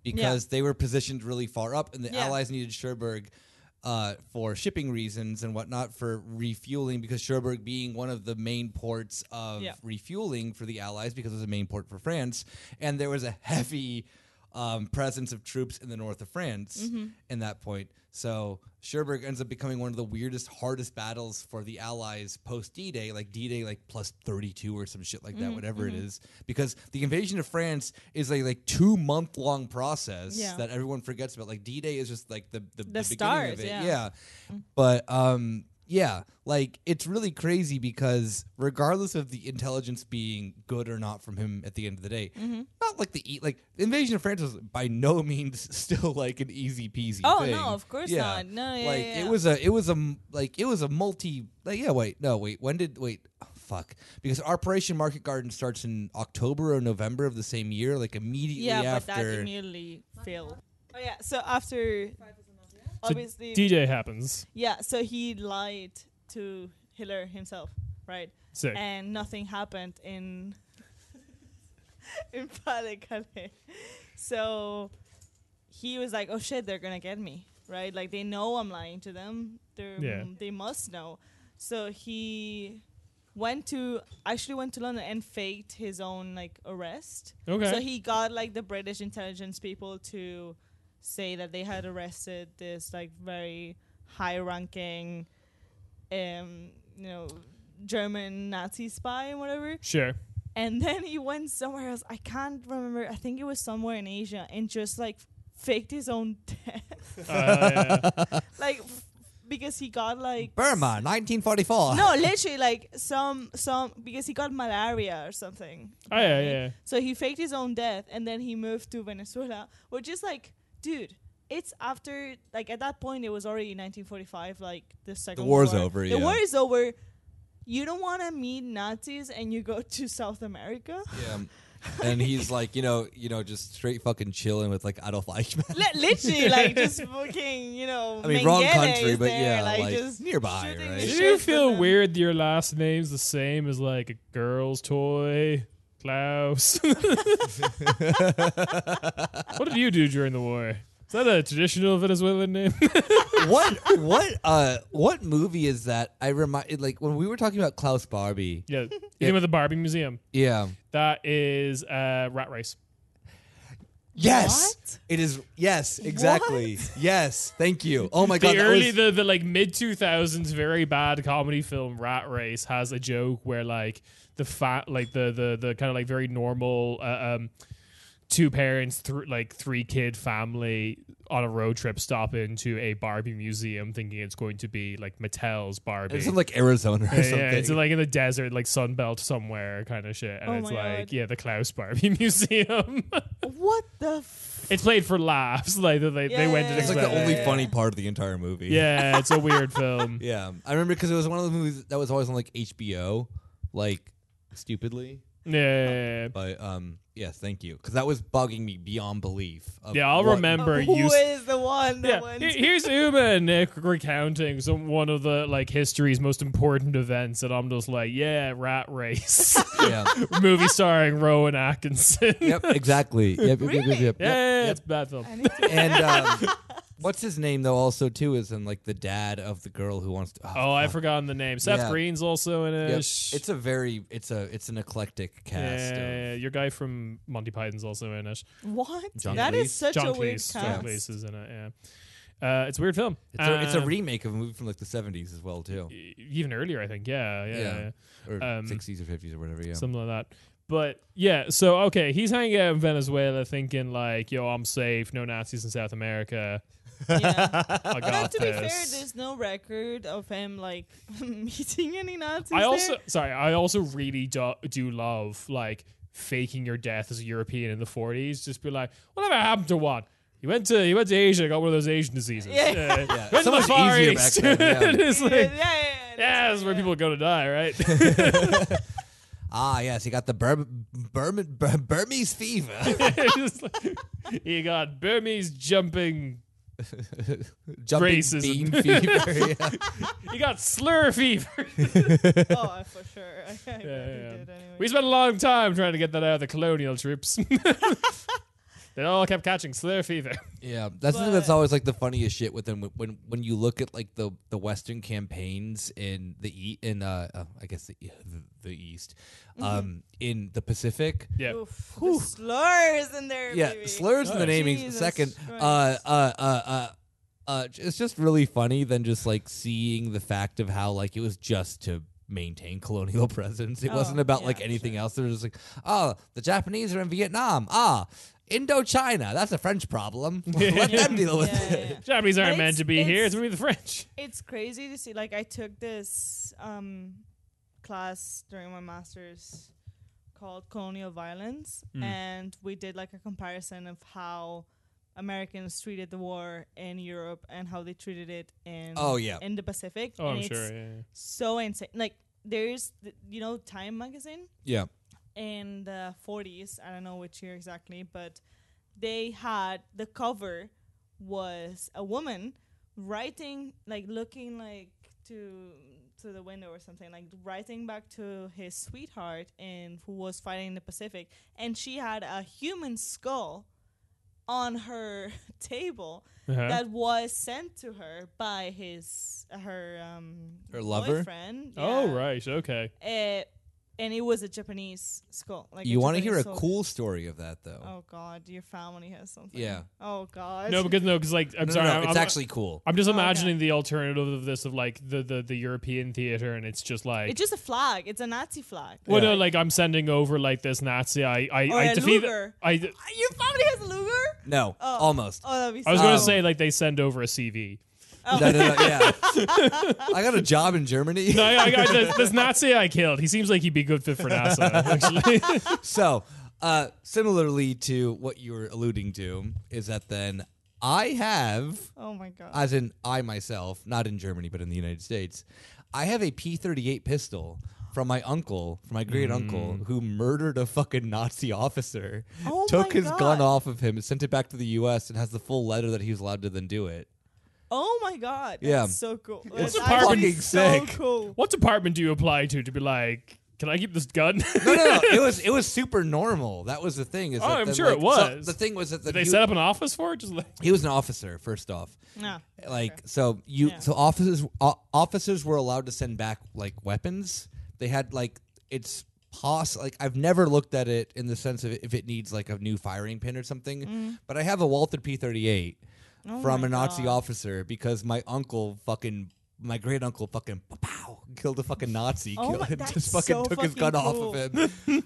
Speaker 3: because they were positioned really far up, and the
Speaker 4: Yeah.
Speaker 3: Allies needed Cherbourg uh, for shipping reasons and whatnot for refueling, because Cherbourg being one of the main ports of
Speaker 4: Yeah.
Speaker 3: refueling for the Allies, because it was a main port for France, and there was a heavy um, presence of troops in the north of France
Speaker 4: Mm-hmm.
Speaker 3: in that point. So Cherbourg ends up becoming one of the weirdest, hardest battles for the Allies post D Day, like D Day, like plus 32 or some shit like
Speaker 4: Mm-hmm.
Speaker 3: that, whatever it is, because the invasion of France is a like two month long process
Speaker 4: Yeah.
Speaker 3: that everyone forgets about. Like D Day is just like the the, the, beginning
Speaker 4: start,
Speaker 3: of it,
Speaker 4: yeah.
Speaker 3: yeah.
Speaker 4: Mm-hmm.
Speaker 3: But um, yeah, like it's really crazy because regardless of the intelligence being good or not from him at the end of the day,
Speaker 4: Mm-hmm.
Speaker 3: not like the e- like the invasion of France was by no means still like an easy peasy.
Speaker 4: Oh,
Speaker 3: thing.
Speaker 4: no, of course not. No, yeah,
Speaker 3: like
Speaker 4: yeah,
Speaker 3: it
Speaker 4: yeah.
Speaker 3: was a it was a m- like it was a multi like yeah wait no wait when did wait. oh, Fuck, because Operation Market Garden starts in October or November of the same year, like immediately
Speaker 4: Yeah,
Speaker 3: after.
Speaker 4: but that immediately failed. Oh yeah. So after, obviously,
Speaker 1: DJ happens.
Speaker 4: yeah. So he lied to Hitler himself, right?
Speaker 1: Sick.
Speaker 4: And nothing happened in in Pas de Calais. So he was like, "Oh shit, they're gonna get me, right? Like they know I'm lying to them. They
Speaker 1: Yeah.
Speaker 4: are they must know." So he went to actually went to London and faked his own like arrest.
Speaker 1: Okay.
Speaker 4: So he got like the British intelligence people to say that they had arrested this like very high ranking um you know German Nazi spy and whatever.
Speaker 1: sure.
Speaker 4: And then he went somewhere else. I can't remember. I think it was somewhere in Asia and just like faked his own death.
Speaker 1: Uh, yeah.
Speaker 4: like f- because he got like
Speaker 3: Burma, 1944.
Speaker 4: No, literally like some some because he got malaria or something.
Speaker 1: Oh, yeah,
Speaker 4: apparently.
Speaker 1: yeah.
Speaker 4: So he faked his own death and then he moved to Venezuela, which is like, dude, it's after like at that point it was already 1945, like the second
Speaker 3: war's
Speaker 4: war.
Speaker 3: over,
Speaker 4: The
Speaker 3: yeah.
Speaker 4: war is over. You don't want to meet Nazis and you go to South America.
Speaker 3: Yeah. and he's like, you know, you know, just straight fucking chilling with like Adolf Eichmann.
Speaker 4: Li- literally, like just fucking, you know.
Speaker 3: I mean, wrong
Speaker 4: Mengele
Speaker 3: country,
Speaker 4: is
Speaker 3: but
Speaker 4: there,
Speaker 3: yeah,
Speaker 4: like,
Speaker 3: like,
Speaker 4: just
Speaker 3: nearby,
Speaker 4: shooting
Speaker 3: right?
Speaker 4: the
Speaker 1: Do
Speaker 4: shit
Speaker 1: you
Speaker 4: with
Speaker 1: feel
Speaker 4: them.
Speaker 1: weird that your last name's the same as like a girl's toy? Klaus. what did you do during the war? Is that a traditional Venezuelan name?
Speaker 3: what what uh what movie is that? I remind like when we were talking about Klaus Barbie.
Speaker 1: yeah. You think about the Barbie Museum?
Speaker 3: Yeah.
Speaker 1: That is uh, Rat Race.
Speaker 3: Yes.
Speaker 2: What?
Speaker 3: It is yes, exactly. Yes. Thank you. Oh my god.
Speaker 1: the
Speaker 3: that
Speaker 1: early
Speaker 3: was-
Speaker 1: the, the like mid 2000s very bad comedy film rat race has a joke where like the fat like the the the kind of like very normal uh, um two parents th- like three kid family on a road trip stop into a barbie museum thinking it's going to be like mattel's barbie
Speaker 3: it's in like Arizona or
Speaker 1: yeah,
Speaker 3: something.
Speaker 1: yeah, it's like in the desert, like sunbelt somewhere, kind of shit, and
Speaker 4: Oh
Speaker 1: it's
Speaker 4: my
Speaker 1: like,
Speaker 4: God.
Speaker 1: yeah, the Klaus Barbie Museum.
Speaker 2: Oh. What the? F-
Speaker 1: it's played for laughs, like they, they went to
Speaker 4: Yeah.
Speaker 3: It's like the
Speaker 4: Yeah.
Speaker 3: only funny part of the entire movie.
Speaker 1: Yeah, it's a weird film.
Speaker 3: Yeah. I remember because it was one of the movies that was always on like HBO, like stupidly.
Speaker 1: Yeah, yeah, yeah.
Speaker 3: But um yes, thank you. Because that was bugging me beyond belief. of
Speaker 1: Yeah, I'll
Speaker 3: what-
Speaker 1: remember
Speaker 4: Who
Speaker 1: you. s-
Speaker 4: is the one?
Speaker 1: yeah,
Speaker 4: That went-
Speaker 1: he- here's Uma and Nick recounting some one of the like history's most important events, and I'm just like, yeah, Rat Race,
Speaker 3: Yeah.
Speaker 1: movie starring Rowan Atkinson. yeah,
Speaker 3: yep, exactly. Yep, yep, yep, yep,
Speaker 4: Really?
Speaker 3: yep.
Speaker 1: yeah,
Speaker 3: yep.
Speaker 1: yeah, it's a bad film.
Speaker 4: I need to-
Speaker 3: And um, what's his name though? Also, too is in like the dad of the girl who wants to.
Speaker 1: Oh, I've
Speaker 3: fuck.
Speaker 1: forgotten the name. Seth
Speaker 3: Yeah.
Speaker 1: Green's also in it.
Speaker 3: Yep. It's a very, it's a, it's an eclectic cast.
Speaker 1: yeah,
Speaker 3: Of,
Speaker 1: your guy from Monty Python's also in it.
Speaker 4: what?
Speaker 3: John
Speaker 4: that is
Speaker 3: Cleese?
Speaker 4: such
Speaker 1: John
Speaker 4: a weird
Speaker 1: Cleese. John
Speaker 4: cast.
Speaker 1: Cleese is in it. Yeah, uh, it's a weird film.
Speaker 3: it's, a, it's a
Speaker 1: Um,
Speaker 3: remake of a movie from like the seventies as well, too,
Speaker 1: e- even earlier, I think. Yeah, yeah.
Speaker 3: Yeah.
Speaker 1: yeah.
Speaker 3: or
Speaker 1: um,
Speaker 3: sixties or fifties or whatever. Yeah.
Speaker 1: something like that. But yeah, so okay, he's hanging out in Venezuela, thinking like, "Yo, I'm safe. No Nazis in South America.
Speaker 4: Yeah.
Speaker 1: I
Speaker 4: Although
Speaker 1: got
Speaker 4: to be fair,
Speaker 1: this."
Speaker 4: there's no record of him like meeting any Nazis.
Speaker 1: I also
Speaker 4: there.
Speaker 1: sorry, I also really do, do love like faking your death as a European in the 40s. Just be like, "Whatever happened to one? He went to he went to Asia, got one of those Asian diseases.
Speaker 4: Yeah.
Speaker 1: Uh, went to
Speaker 3: So
Speaker 1: the
Speaker 3: much
Speaker 1: Far
Speaker 3: easier back
Speaker 1: East.
Speaker 3: then, yeah.
Speaker 1: It's
Speaker 4: yeah,
Speaker 1: like,
Speaker 4: yeah, yeah,
Speaker 1: yeah,
Speaker 4: that's
Speaker 1: that's where
Speaker 4: right.
Speaker 1: people go to die, right?
Speaker 3: Ah, yes, he got the Bur- Burma Bur- Burmese fever.
Speaker 1: Just like- you got Burmese jumping,
Speaker 3: Jumping
Speaker 1: Racism.
Speaker 3: bean fever. Yeah.
Speaker 1: you got slur fever.
Speaker 4: Oh, for sure. I bet he
Speaker 1: yeah.
Speaker 4: did anyway.
Speaker 1: We spent a long time trying to get that out of the colonial troops. they all kept catching slur fever.
Speaker 3: Yeah, that's the thing
Speaker 4: But-
Speaker 3: that's always like the funniest shit with them. When when you look at like the the Western campaigns in the e in uh, uh I guess the e- the, the East,
Speaker 4: Mm-hmm.
Speaker 3: um in the Pacific.
Speaker 1: Yeah.
Speaker 4: Oof, the slurs in there.
Speaker 3: Yeah,
Speaker 4: baby.
Speaker 3: slurs in the naming.
Speaker 4: Jesus
Speaker 3: Second,
Speaker 4: Christ.
Speaker 3: uh, uh, uh, uh, uh, it's just really funny than just like seeing the fact of how like it was just to maintain colonial presence. It
Speaker 4: Oh,
Speaker 3: wasn't about
Speaker 4: yeah,
Speaker 3: like anything else. They're just like, oh, the Japanese are in Vietnam. Ah, Indochina. That's a French problem. Let them deal with
Speaker 4: Yeah,
Speaker 3: it.
Speaker 4: yeah, yeah.
Speaker 1: Japanese aren't
Speaker 4: But
Speaker 1: meant
Speaker 4: it's-
Speaker 1: to be here.
Speaker 4: it's-
Speaker 1: It's meant to be the French.
Speaker 4: It's crazy to see. Like, I took this um, class during my master's called Colonial Violence,
Speaker 3: Mm.
Speaker 4: and we did like a comparison of how Americans treated the war in Europe and how they treated it in
Speaker 3: Oh, yeah.
Speaker 4: in the Pacific.
Speaker 1: Oh,
Speaker 4: and
Speaker 1: I'm
Speaker 4: it's
Speaker 1: sure. Yeah.
Speaker 4: So insane. Like, there's th- you know Time magazine.
Speaker 3: Yeah.
Speaker 4: in the 40s i don't know which year exactly but they had the cover was a woman writing like looking like to to the window or something like writing back to his sweetheart and who was fighting in the pacific and she had a human skull on her table
Speaker 1: Uh-huh.
Speaker 4: that was sent to her by his her um
Speaker 3: Her lover?
Speaker 4: boyfriend.
Speaker 1: Oh
Speaker 4: Yeah.
Speaker 1: right. Okay.
Speaker 4: Uh, and it was a Japanese skull. Like
Speaker 3: you
Speaker 4: want to
Speaker 3: hear a cool story of that though?
Speaker 4: Oh God, your family has something.
Speaker 3: Yeah.
Speaker 4: Oh God.
Speaker 1: No, because no, because like I'm
Speaker 3: no,
Speaker 1: sorry.
Speaker 3: no, no,
Speaker 1: I'm,
Speaker 3: it's
Speaker 1: I'm-
Speaker 3: actually cool.
Speaker 1: I'm just
Speaker 4: Oh, okay.
Speaker 1: imagining the alternative of this of like the the, the European theater, and it's just like.
Speaker 4: it's just a flag. It's a Nazi flag.
Speaker 1: well, no, like I'm sending over like this Nazi. I, I,
Speaker 4: Or
Speaker 1: I
Speaker 4: a
Speaker 1: defeat.
Speaker 4: Oh, Luger.
Speaker 1: I,
Speaker 4: Ah, Your family has a Luger.
Speaker 3: No,
Speaker 4: Oh.
Speaker 3: almost.
Speaker 4: Oh, that'd be.
Speaker 1: I was gonna
Speaker 3: Um,
Speaker 1: say like they send over a CV.
Speaker 4: Oh.
Speaker 3: No, no, no, yeah. I got a job in Germany.
Speaker 1: No, I, I, I, this, this Nazi I killed. He seems like he'd be good fit for NASA. Actually.
Speaker 3: So, uh, similarly to what you were alluding to, is that then I have,
Speaker 4: Oh my God.
Speaker 3: as in I myself, not in Germany, but in the United States, I have a P 38 pistol from my uncle, from my great uncle,
Speaker 1: Mm.
Speaker 3: who murdered a fucking Nazi officer,
Speaker 4: Oh
Speaker 3: took
Speaker 4: my
Speaker 3: his
Speaker 4: God.
Speaker 3: gun off of him, and sent it back to the U.S. and has the full letter that he was allowed to then do it.
Speaker 4: Oh my god. That's
Speaker 3: Yeah.
Speaker 4: so cool.
Speaker 1: It's
Speaker 4: That's
Speaker 1: apartment-
Speaker 4: actually so
Speaker 3: Fucking sick.
Speaker 4: cool.
Speaker 1: What department do you apply to to be like, can I keep this gun?
Speaker 3: No, no, no. it was it was super normal. That was the thing. Is
Speaker 1: Oh,
Speaker 3: that
Speaker 1: I'm
Speaker 3: the,
Speaker 1: sure it
Speaker 3: like- so
Speaker 1: was.
Speaker 3: the thing was that the
Speaker 1: Did they
Speaker 3: new-
Speaker 1: set up an office for it? Just like,
Speaker 3: he was an officer first off.
Speaker 4: No.
Speaker 3: like so you
Speaker 4: Yeah.
Speaker 3: so officers o- officers were allowed to send back like weapons they had like it's poss like i've never looked at it in the sense of if it needs like a new firing pin or something but i have a walther p38 from
Speaker 4: Mm. Oh my
Speaker 3: a nazi
Speaker 4: God.
Speaker 3: officer because my uncle fucking my great uncle fucking pow, pow, killed a fucking Nazi.
Speaker 4: Oh
Speaker 3: killed,
Speaker 4: my-
Speaker 3: and
Speaker 4: that's
Speaker 3: just fucking
Speaker 4: so
Speaker 3: took his
Speaker 4: fucking
Speaker 3: gun off of him.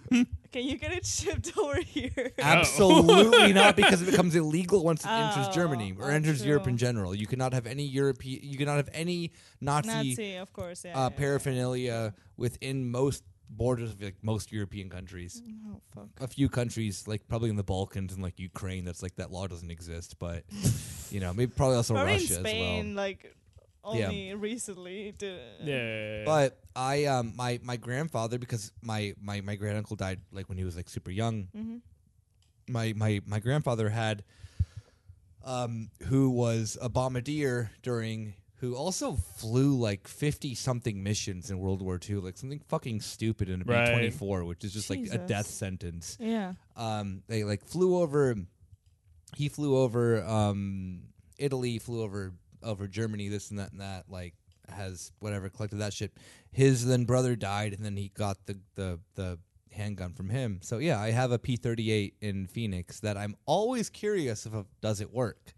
Speaker 4: Can you get it shipped over here?
Speaker 3: Absolutely not, because it becomes illegal once it enters
Speaker 4: Oh,
Speaker 3: Germany or
Speaker 4: oh,
Speaker 3: enters
Speaker 4: true.
Speaker 3: Europe in general. You cannot have any European. You cannot have any Nazi,
Speaker 4: Nazi, of course. Yeah.
Speaker 3: uh,
Speaker 4: yeah,
Speaker 3: paraphernalia within most borders of like most European countries.
Speaker 4: yeah. Oh fuck.
Speaker 3: A few countries, like probably in the Balkans and like Ukraine, that's like that law doesn't exist. But you know, maybe probably also
Speaker 4: Probably
Speaker 3: Russia
Speaker 4: in
Speaker 3: as
Speaker 4: Spain,
Speaker 3: well.
Speaker 4: like
Speaker 3: Yeah.
Speaker 4: only recently. To,
Speaker 1: yeah.
Speaker 3: But I, um, my my grandfather, because my my my grand uncle died like when he was like super young. My my my grandfather had um, who was a bombardier during who also flew like 50 something missions in World War II, like something fucking stupid in a
Speaker 1: Right.
Speaker 3: 24 which is just like a
Speaker 4: Jesus.
Speaker 3: death sentence.
Speaker 4: yeah.
Speaker 3: Um, they like flew over, he flew over um, Italy, flew over over Germany, this and that and that, like has whatever collected that shit. His then brother died, and then he got the the the handgun from him. So yeah, I have a P38 in Phoenix that I'm always curious if it, does it work.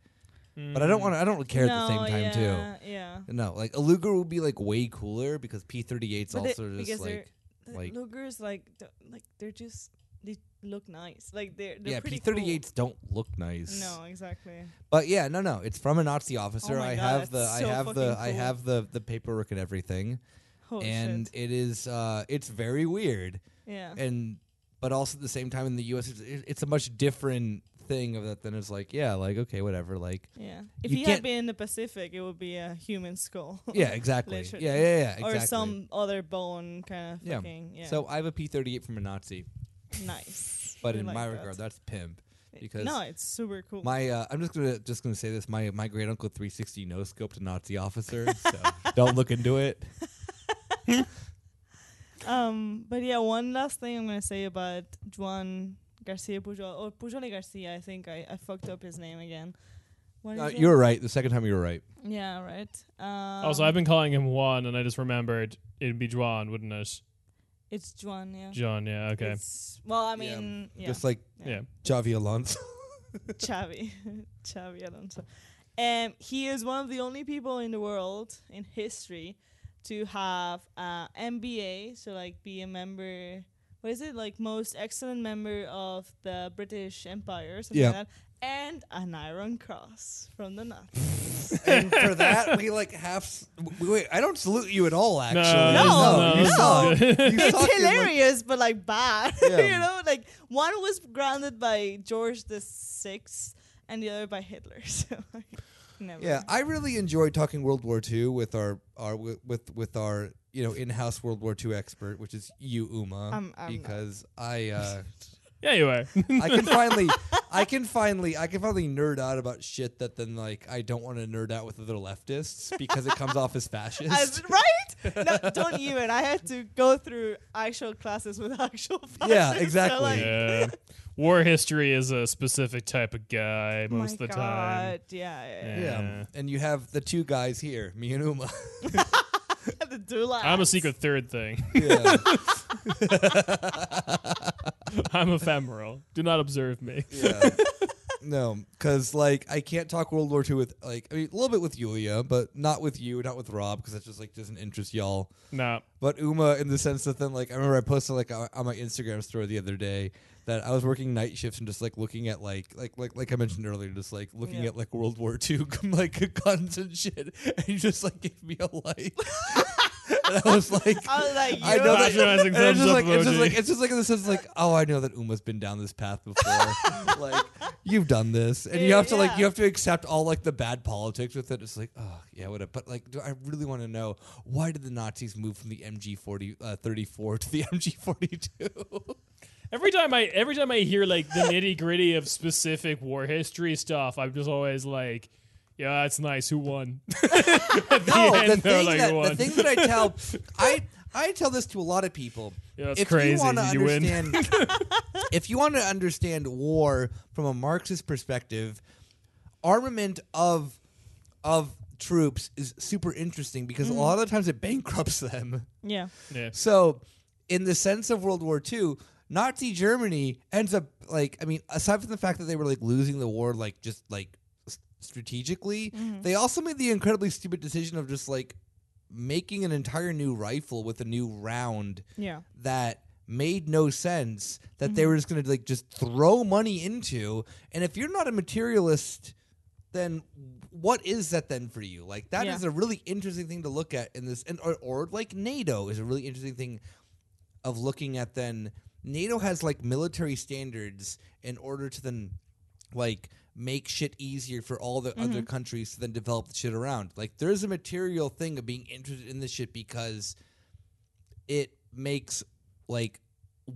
Speaker 3: But I don't want to. I don't really care at the same time
Speaker 4: Hmm. yeah, Yeah.
Speaker 3: too. No, like a Luger would be like way cooler because P38's
Speaker 4: But
Speaker 3: also
Speaker 4: they-
Speaker 3: just
Speaker 4: because they're-
Speaker 3: like like-
Speaker 4: the Lugers like th- like they're just they look nice. Like they're, they're
Speaker 3: yeah.
Speaker 4: pretty
Speaker 3: P38s don't look nice.
Speaker 4: Cool. No, exactly.
Speaker 3: But yeah, no, no, it's from a Nazi officer.
Speaker 4: Oh my
Speaker 3: I
Speaker 4: God,
Speaker 3: have
Speaker 4: that's
Speaker 3: the, I
Speaker 4: so
Speaker 3: have the,
Speaker 4: fucking
Speaker 3: I
Speaker 4: cool.
Speaker 3: have the, the paperwork and everything,
Speaker 4: Oh
Speaker 3: and it is, uh, it's very weird,
Speaker 4: shit. Yeah.
Speaker 3: and but also at the same time in the U.S. it's, it's a much different thing of that than it's like, yeah, like okay, whatever, like
Speaker 4: yeah. If
Speaker 3: you
Speaker 4: he
Speaker 3: can't-
Speaker 4: had been in the Pacific, it would be a human skull.
Speaker 3: yeah, exactly, yeah,
Speaker 4: Literally.
Speaker 3: yeah, yeah, exactly.
Speaker 4: Or some other bone kind of
Speaker 3: Yeah.
Speaker 4: fucking. Yeah.
Speaker 3: So I have a P38 from a Nazi,
Speaker 4: nice.
Speaker 3: but
Speaker 4: We
Speaker 3: in
Speaker 4: like
Speaker 3: my
Speaker 4: that.
Speaker 3: regard, that's pimp. Because
Speaker 4: no, it's super cool.
Speaker 3: My, uh, I'm just gonna just gonna say this. My my great uncle 360 no scoped a Nazi officer, so don't look into it.
Speaker 4: Um, but yeah, one last thing I'm gonna say about Juan Garcia Pujol or Pujol y Garcia. I think I, I fucked up his name again. What
Speaker 3: Uh,
Speaker 4: is it?
Speaker 3: you were right. The second time you were right.
Speaker 4: Yeah, right. Um,
Speaker 1: also, I've been calling him Juan, and I just remembered it'd be Juan, wouldn't it?
Speaker 4: it's Juan. Yeah.
Speaker 1: John, yeah, okay.
Speaker 4: It's, well, I
Speaker 3: Yeah.
Speaker 4: mean, yeah,
Speaker 3: Just like
Speaker 1: yeah.
Speaker 3: Javi Alonso.
Speaker 4: Chavi, Chavi Alonso. Um, he is one of the only people in the world in history to have uh, MBA, so like be a member. What is it like? Most excellent member of the British Empire, or something
Speaker 3: Yeah.
Speaker 4: like that, and an Iron Cross from the Nazis.
Speaker 3: and for that, we like half. s- w- Wait, I don't salute you at all. Actually,
Speaker 1: No,
Speaker 3: you
Speaker 1: no,
Speaker 3: saw.
Speaker 1: no.
Speaker 3: You
Speaker 4: it's
Speaker 3: saw him, like-
Speaker 4: hilarious, but like bad.
Speaker 3: Yeah.
Speaker 4: you know, like one was grounded by George the Sixth, and the other by Hitler. So like, never.
Speaker 3: yeah, I really enjoyed talking World War II with our our wi- with with our you know in-house World War II expert, which is you, Uma,
Speaker 4: I'm- I'm not.
Speaker 3: because I. Uh,
Speaker 1: Yeah, you are.
Speaker 3: I can finally, I can finally, I can finally nerd out about shit that then like I don't want to nerd out with other leftists because it comes off as
Speaker 4: As,
Speaker 3: fascist.
Speaker 4: right? No, don't even. I had to go through actual classes with actual fascists.
Speaker 3: Yeah,
Speaker 4: so,
Speaker 3: exactly.
Speaker 4: like,
Speaker 1: yeah. War history is a specific type of guy most of the time.
Speaker 4: Oh God, Yeah, yeah,
Speaker 1: Yeah.
Speaker 3: yeah, and you have the two guys here, me and Uma.
Speaker 4: yeah. the doulas.
Speaker 1: I'm a secret third thing.
Speaker 3: Yeah.
Speaker 1: I'm ephemeral. Do not observe me.
Speaker 3: Yeah. no, because like I can't talk World War II with like I mean a little bit with Yulia, but not with you, not with Rob, because that just like doesn't interest y'all.
Speaker 1: No.
Speaker 3: But Uma, in the sense that then like I remember I posted like on on my Instagram story the other day that I was working night shifts and just like looking at like like like like I mentioned earlier, just like looking
Speaker 4: Yeah.
Speaker 3: at like World War II like guns and shit, and you just like gave me a like. And I was like,
Speaker 4: I was like,
Speaker 3: I
Speaker 4: "Yo."
Speaker 3: know that.
Speaker 1: Patronizing
Speaker 3: and it's
Speaker 1: thumbs
Speaker 3: just
Speaker 1: up
Speaker 3: like it's just
Speaker 1: emoji.
Speaker 3: like it's just like in the sense like oh I know that Uma's been down this path before like you've done this and you
Speaker 4: Yeah,
Speaker 3: have to like
Speaker 4: yeah.
Speaker 3: you have to accept all like the bad politics with it it's like oh yeah whatever but like do I really want to know why did the Nazis move from the MG 40 uh, 34 to the MG 42
Speaker 1: Every time I every time I hear like the nitty gritty of specific war history stuff, I'm just always like, yeah, that's nice. Who won? At the
Speaker 3: no,
Speaker 1: end,
Speaker 3: the
Speaker 1: they're
Speaker 3: thing,
Speaker 1: like,
Speaker 3: that,
Speaker 1: "Who
Speaker 3: the
Speaker 1: won?"
Speaker 3: thing that I tell, I I tell this to a lot of people.
Speaker 1: Yeah, that's
Speaker 3: if
Speaker 1: crazy.
Speaker 3: You wanna
Speaker 1: You win.
Speaker 3: understand, if you want to understand war from a Marxist perspective, armament of of troops is super interesting because a lot of the times it bankrupts them.
Speaker 4: yeah.
Speaker 1: Yeah.
Speaker 3: So, in the sense of World War II, Nazi Germany ends up like I mean, aside from the fact that they were like losing the war, like just like s- strategically, they also made the incredibly stupid decision of just like making an entire new rifle with a new round
Speaker 4: Yeah.
Speaker 3: that made no sense that they were just going to like just throw money into and if you're not a materialist then what is that then for you like that is
Speaker 4: Yeah.
Speaker 3: a really interesting thing to look at in this and or, or like nato is a really interesting thing of looking at then nato has like military standards in order to then like make shit easier for all the other countries to then develop the shit around like there's a material thing of being interested in this shit because it makes like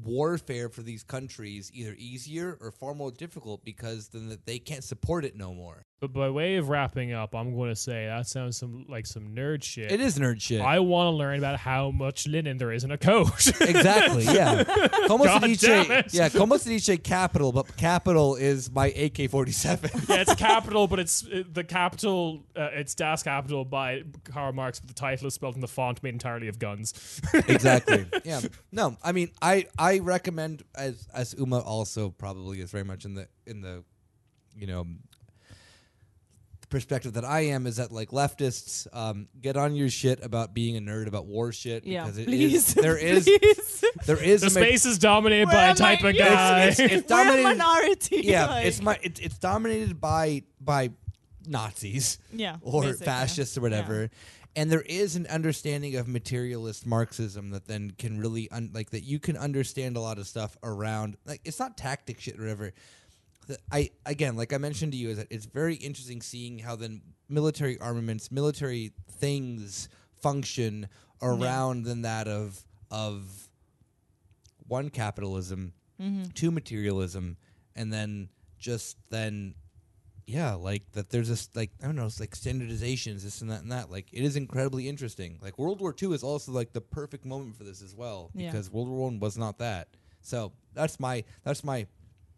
Speaker 3: warfare for these countries either easier or far more difficult because then that they can't support it no more.
Speaker 1: But by way of wrapping up, I'm going to say that sounds some like some nerd shit.
Speaker 3: It is nerd shit.
Speaker 1: I want to learn about how much linen there is in a coat.
Speaker 3: exactly. Yeah. Como
Speaker 1: God
Speaker 3: se
Speaker 1: damn it.
Speaker 3: dice, yeah, como se dice capital, but capital is my AK-47.
Speaker 1: yeah, it's capital, but it's uh, the capital. Uh, it's Das Capital by Karl Marx, but the title is spelled in the font made entirely of guns.
Speaker 3: exactly. Yeah. No, I mean, I I recommend as as Uma also probably is very much in the in the you know the perspective that I am is that like leftists um, get on your shit about being a nerd about war shit
Speaker 2: Yeah,
Speaker 3: because it
Speaker 2: please.
Speaker 3: is- there is
Speaker 2: Please.
Speaker 3: there is
Speaker 1: the
Speaker 3: a ma-
Speaker 1: space is dominated
Speaker 4: Where
Speaker 1: by a
Speaker 4: am
Speaker 1: type
Speaker 4: I?
Speaker 1: of
Speaker 4: Yes,
Speaker 1: guy.
Speaker 3: it's, it's
Speaker 2: We're a
Speaker 3: dominated
Speaker 2: minority.
Speaker 3: yeah
Speaker 2: like-
Speaker 3: it's my it's it's dominated by by Nazis
Speaker 4: Yeah,
Speaker 3: or
Speaker 4: basically.
Speaker 3: fascists or whatever. And there is an understanding of materialist Marxism that then can really un- like that you can understand a lot of stuff around like it's not tactic shit or whatever. The- I again, like I mentioned to you, is that it's very interesting seeing how then military armaments, military things function around than that of of one capitalism, two materialism, and then just then yeah, like that. There's this like I don't know, it's like standardizations, this and that and that. Like it is incredibly interesting. Like World War II is also like the perfect moment for this as well
Speaker 2: Yeah.
Speaker 3: because World War One was not that. So that's my that's my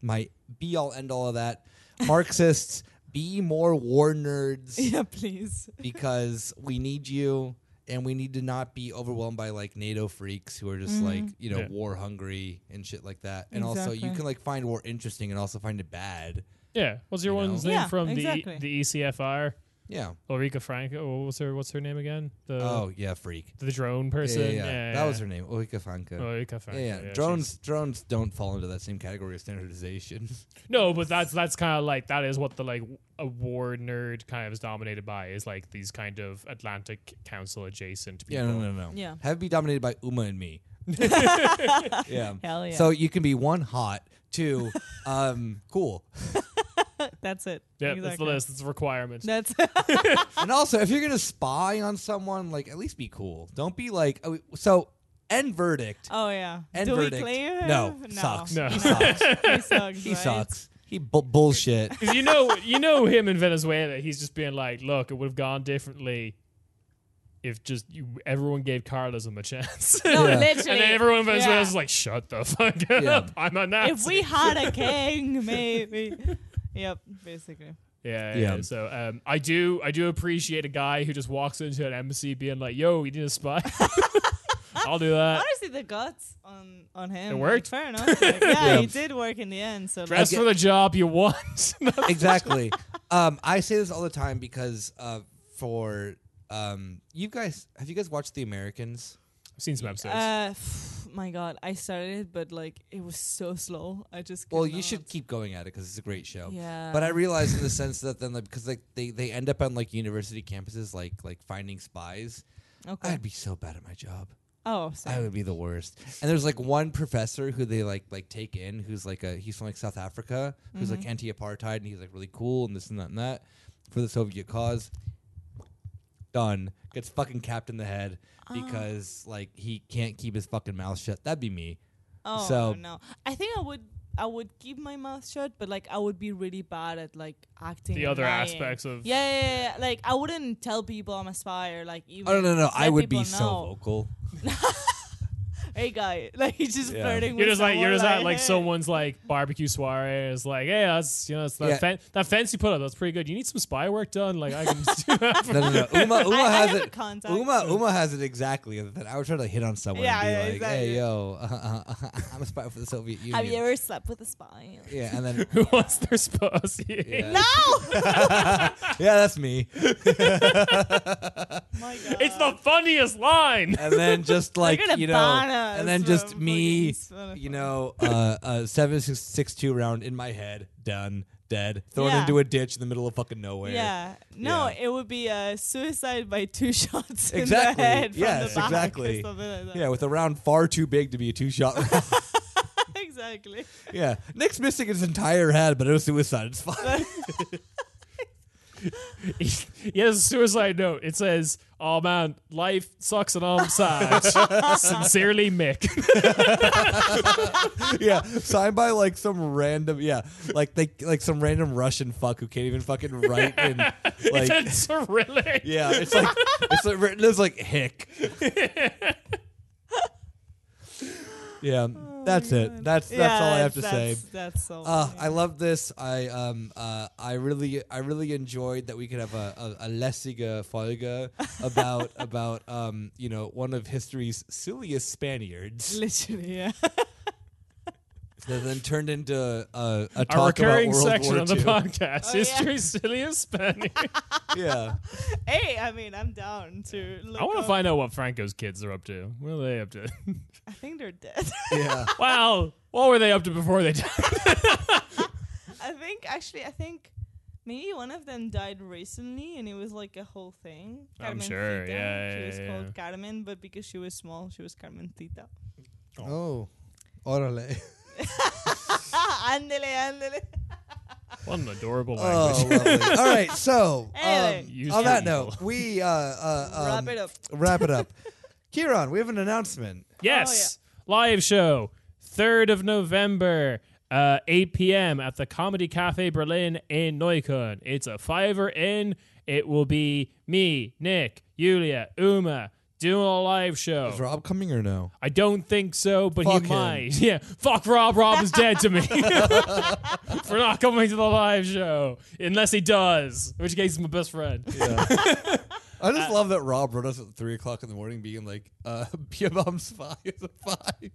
Speaker 3: my be all end all of that. Marxists, be more war nerds
Speaker 2: Yeah, please.
Speaker 3: because we need you and we need to not be overwhelmed by like NATO freaks who are just
Speaker 2: Mm-hmm.
Speaker 3: like you know
Speaker 1: Yeah.
Speaker 3: war hungry and shit like that. And also you
Speaker 2: Exactly.
Speaker 3: can like find war interesting and also find it bad.
Speaker 1: yeah, what's your
Speaker 3: You know?
Speaker 1: one's name
Speaker 2: Yeah,
Speaker 1: from
Speaker 2: exactly.
Speaker 1: the E the ECFR?
Speaker 3: Yeah.
Speaker 1: Ulrika Franco. What was her? What's her name again? The
Speaker 3: Oh yeah, freak.
Speaker 1: the drone person.
Speaker 3: Yeah, yeah, yeah. that was her name, Ulrika Franke.
Speaker 1: Ulrika
Speaker 3: yeah,
Speaker 1: Franco.
Speaker 3: yeah.
Speaker 1: she's-
Speaker 3: drones, drones don't fall into that same category of standardization.
Speaker 1: No, but that's that's kind of like that is what the like a war nerd kind of is dominated by is like these kind of Atlantic Council adjacent people.
Speaker 3: yeah, no, no, no.
Speaker 2: Yeah.
Speaker 3: have be dominated by Uma and me. yeah.
Speaker 2: Hell yeah.
Speaker 3: So you can be one hot, two, um, cool,
Speaker 2: That's it.
Speaker 1: Yeah, that's the
Speaker 2: exactly.
Speaker 1: list. It's a requirement.
Speaker 2: That's
Speaker 3: and also if you're gonna spy on someone, like at least be cool. Don't be like oh, so. End verdict.
Speaker 2: oh yeah.
Speaker 3: End
Speaker 2: Do
Speaker 3: verdict.
Speaker 2: we clear? him?
Speaker 3: No,
Speaker 2: no.
Speaker 3: sucks.
Speaker 1: No.
Speaker 3: He sucks.
Speaker 2: He sucks.
Speaker 3: he
Speaker 2: right?
Speaker 3: sucks. He bu- bullshit.
Speaker 1: 'Cause you know, you know him in Venezuela. He's just being like, look, it would have gone differently if just you, everyone gave Carlism a chance.
Speaker 2: No,
Speaker 3: Yeah.
Speaker 2: literally.
Speaker 1: and then everyone in Venezuela
Speaker 2: Yeah.
Speaker 1: is like, shut the fuck up.
Speaker 3: Yeah.
Speaker 1: I'm a Nazi.
Speaker 2: If we had a king, maybe. yep, basically.
Speaker 1: Yeah, yeah.
Speaker 3: Yeah.
Speaker 1: So um, I do, I do appreciate a guy who just walks into an embassy being like, "Yo, you need a spot." I'll do
Speaker 3: Uh,
Speaker 1: that.
Speaker 2: Honestly, the guts on on him.
Speaker 1: It worked.
Speaker 2: Fair enough. like, yeah,
Speaker 3: Yeah.
Speaker 2: he did work in the end. So like,
Speaker 1: Dress for the job you want.
Speaker 3: exactly. Um, I say this all the time because uh, for um, you guys, have you guys watched The Americans?
Speaker 1: I've seen some episodes.
Speaker 2: uh, my God, I started it, but like it was so slow. I just. could
Speaker 3: Well, you
Speaker 2: not.
Speaker 3: should keep going at it because it's a great show.
Speaker 2: Yeah.
Speaker 3: But I realize in the sense that then like, because like they, they end up on like university campuses like like finding spies.
Speaker 2: Okay.
Speaker 3: I'd be so bad at my job.
Speaker 2: oh,
Speaker 3: I
Speaker 2: sorry.
Speaker 3: would be the worst. And there's like one professor who they like like take in who's like a he's from like South Africa who's
Speaker 4: Mm-hmm.
Speaker 3: like anti-apartheid and he's like really cool and this and that and that for the Soviet cause. Done gets fucking capped in the head
Speaker 4: Ah.
Speaker 3: because like he can't keep his fucking mouth shut. That'd be me.
Speaker 4: Oh
Speaker 3: So-
Speaker 4: no, I think I would. I would keep my mouth shut, but like I would be really bad at like acting.
Speaker 1: The
Speaker 4: and
Speaker 1: other
Speaker 4: lying.
Speaker 1: aspects of-
Speaker 4: yeah, yeah, yeah, yeah. like I wouldn't tell people I'm a spy or like even.
Speaker 3: Oh no no no!
Speaker 4: let
Speaker 3: I would be
Speaker 4: people
Speaker 3: so
Speaker 4: know.
Speaker 3: vocal.
Speaker 4: Hey guy, like he's just
Speaker 3: Yeah.
Speaker 4: flirting.
Speaker 1: You're
Speaker 4: with
Speaker 1: just like you're
Speaker 4: someone,
Speaker 1: just at like
Speaker 4: hey.
Speaker 1: someone's like barbecue soiree. It's like, hey, that's you know, it's that,
Speaker 3: Yeah.
Speaker 1: fen- that fence you put up. That's pretty good. You need some spy work done. Like I can just do that.
Speaker 3: No no no! Uma Uma
Speaker 4: I
Speaker 3: has
Speaker 4: have a
Speaker 3: it.
Speaker 4: contact,
Speaker 3: Uma Uma has it exactly. Other than I would try to hit on someone
Speaker 4: Yeah,
Speaker 3: and be
Speaker 4: yeah,
Speaker 3: like,
Speaker 4: exactly.
Speaker 3: "Hey yo, I'm a spy for the Soviet Union."
Speaker 4: Have you ever slept with a spy? Oh
Speaker 3: yeah, and then
Speaker 1: Who wants their spouse?
Speaker 3: Yeah.
Speaker 4: No.
Speaker 3: yeah, that's me.
Speaker 4: My God.
Speaker 1: It's the funniest line.
Speaker 3: and then just like
Speaker 4: gonna
Speaker 3: you know,
Speaker 4: ban us
Speaker 3: and then just
Speaker 4: from
Speaker 3: me,
Speaker 4: fucking Spotify.
Speaker 3: you know, uh, uh, seven six six two round in my head, done, dead, thrown
Speaker 4: Yeah.
Speaker 3: into a ditch in the middle of fucking nowhere.
Speaker 4: Yeah. No,
Speaker 3: Yeah.
Speaker 4: it would be a suicide by two shots in
Speaker 3: Exactly.
Speaker 4: the head from
Speaker 3: Yes,
Speaker 4: the back
Speaker 3: exactly.
Speaker 4: or something like that.
Speaker 3: yeah, with a round far too big to be a two shot round.
Speaker 4: exactly.
Speaker 3: yeah, Nick's missing his entire head, but it was suicide. It's fine.
Speaker 1: he has a suicide note. It says, "Oh man, life sucks and I'm sad." Sincerely, Mick.
Speaker 3: yeah, signed by like some random, yeah, like they like some random Russian fuck who can't even fucking write. And like,
Speaker 1: it's a really
Speaker 3: yeah, it's like it's like, written as like hick. yeah, that's it. That's that's
Speaker 4: Yeah,
Speaker 3: all I have to say.
Speaker 4: that's- That's so.
Speaker 3: Uh,
Speaker 4: funny.
Speaker 3: I love this. I um uh I really I really enjoyed that we could have a a, a lässige Folge about about um you know one of history's silliest Spaniards
Speaker 4: Literally, yeah.
Speaker 3: that then turned into a, a
Speaker 1: a
Speaker 3: talk about
Speaker 1: recurring
Speaker 3: World
Speaker 1: section
Speaker 3: War
Speaker 1: on the
Speaker 3: II.
Speaker 1: podcast.
Speaker 4: Oh, yeah.
Speaker 1: History's silliest Spaniard.
Speaker 3: yeah,
Speaker 4: hey, I mean, I'm down to. Look
Speaker 1: I want
Speaker 4: up-
Speaker 1: to find out what Franco's kids are up to. What are they up to?
Speaker 4: I think they're dead.
Speaker 3: yeah.
Speaker 1: wow, what were they up to before they died?
Speaker 4: I think actually, I think maybe one of them died recently, and it was like a whole thing.
Speaker 1: I'm sure,
Speaker 4: Tita.
Speaker 1: yeah,
Speaker 4: She
Speaker 1: yeah,
Speaker 4: was
Speaker 1: yeah,
Speaker 4: called
Speaker 1: yeah.
Speaker 4: Carmen, but because she was small, she was Carmen Tita.
Speaker 3: Oh, orale.
Speaker 4: andele, andele.
Speaker 1: What an adorable
Speaker 3: Oh,
Speaker 1: language.
Speaker 3: lovely. all right. So
Speaker 4: Anyway.
Speaker 3: um,
Speaker 1: Use
Speaker 3: on that
Speaker 1: people.
Speaker 3: note, we uh, uh um,
Speaker 4: Wrap it up.
Speaker 3: Wrap it up. Kieran, we have an announcement.
Speaker 1: Yes. Live show, 3rd of November, uh, 8 p.m. at the Comedy Cafe Berlin in Neukölln. It's a fiver in. It will be me, Nick, Julia, Uma doing a live show.
Speaker 3: Is Rob coming or no?
Speaker 1: I don't think so, but
Speaker 3: Fuck
Speaker 1: he
Speaker 3: him.
Speaker 1: might. Yeah. Fuck Rob. Rob is dead to me for not coming to the live show. Unless he does, in which case he's my best friend.
Speaker 3: I
Speaker 1: Uh,
Speaker 3: just love that Rob wrote us at three o'clock in the morning, being like, uh, "Pia Bomb's five is a five.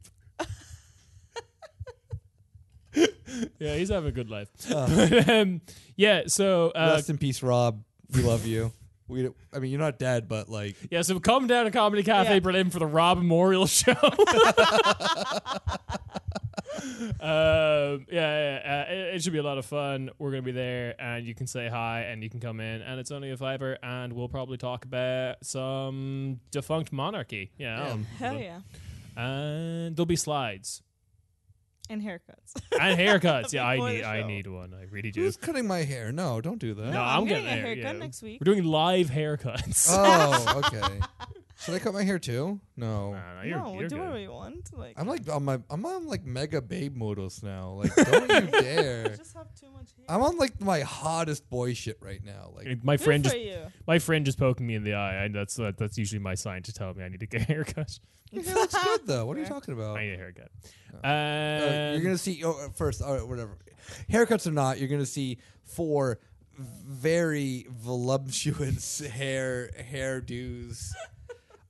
Speaker 1: Yeah, he's having a good life.
Speaker 3: Uh.
Speaker 1: But, um, yeah, so. Uh,
Speaker 3: Rest in peace, Rob. We love you. We, don't- I mean, you're not dead, but like,
Speaker 1: Yeah, so come down to Comedy Cafe
Speaker 4: Yeah.
Speaker 1: Berlin for the Rob Memorial Show. um, yeah, yeah, yeah, uh, it, it should be a lot of fun. We're gonna be there, and you can say hi, and you can come in, and it's only a fiver, and we'll probably talk about some defunct monarchy. Yeah, um,
Speaker 4: Hell yeah.
Speaker 1: and there'll be slides
Speaker 4: And haircuts.
Speaker 1: and haircuts. yeah, I
Speaker 4: Before the
Speaker 1: need, I
Speaker 4: show.
Speaker 1: need one. I really do.
Speaker 3: who's cutting my hair? No, don't do that.
Speaker 1: No,
Speaker 4: I'm
Speaker 1: I'm,
Speaker 4: getting
Speaker 1: getting,
Speaker 4: a
Speaker 1: there,
Speaker 4: haircut
Speaker 1: yeah.
Speaker 4: next week.
Speaker 1: We're doing live haircuts.
Speaker 3: Oh, okay. Should I cut my hair too? No.
Speaker 1: No, no, you're-
Speaker 4: no,
Speaker 1: you're
Speaker 4: do
Speaker 1: good.
Speaker 4: whatever you want. Like,
Speaker 3: I'm like on my, I'm on like mega babe modus now. Like, don't you
Speaker 4: I
Speaker 3: dare.
Speaker 4: just have too much hair.
Speaker 3: I'm on like my hottest boy shit right now. Like,
Speaker 1: My
Speaker 4: Good
Speaker 1: friend
Speaker 4: for
Speaker 1: just
Speaker 4: you.
Speaker 1: My friend just poking me in the eye. I, that's that, that's usually my sign to tell me I need to get a haircut.
Speaker 3: your hair looks good though. What are you talking about?
Speaker 1: I need a haircut.
Speaker 3: Uh, you're
Speaker 1: Um,
Speaker 3: gonna see oh, uh, first or whatever haircuts or not you're gonna see four very voluptuous hair hairdos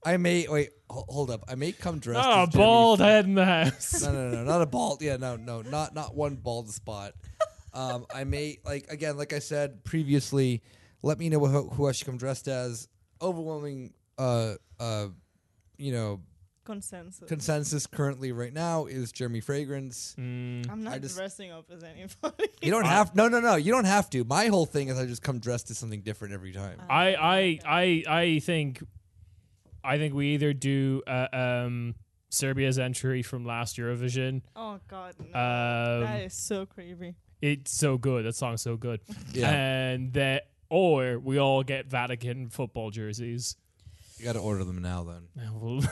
Speaker 3: i may wait ho- hold up i may come dressed
Speaker 1: not
Speaker 3: as
Speaker 1: a
Speaker 3: Jeremy-
Speaker 1: oh, bald head in the house.
Speaker 3: no no no not a bald yeah no no not not one bald spot um i may like again like i said previously let me know who, who i should come dressed as overwhelming uh uh you know
Speaker 4: Consensus.
Speaker 3: consensus currently right now is jeremy fragrance
Speaker 1: Mm.
Speaker 4: I'm not
Speaker 3: just-
Speaker 4: dressing up as anybody.
Speaker 3: You don't have no no no. You don't have to. My whole
Speaker 4: Uh.
Speaker 3: thing is I just come dressed as something different every time.
Speaker 1: I I I I think. I think we either do uh, um, Serbia's entry from last Eurovision.
Speaker 4: Oh God, no. that
Speaker 1: Um,
Speaker 4: is so creepy.
Speaker 1: it's so good. That song's so good.
Speaker 3: Yeah.
Speaker 1: And that, or we all get Vatican football jerseys.
Speaker 3: you got to order them now then.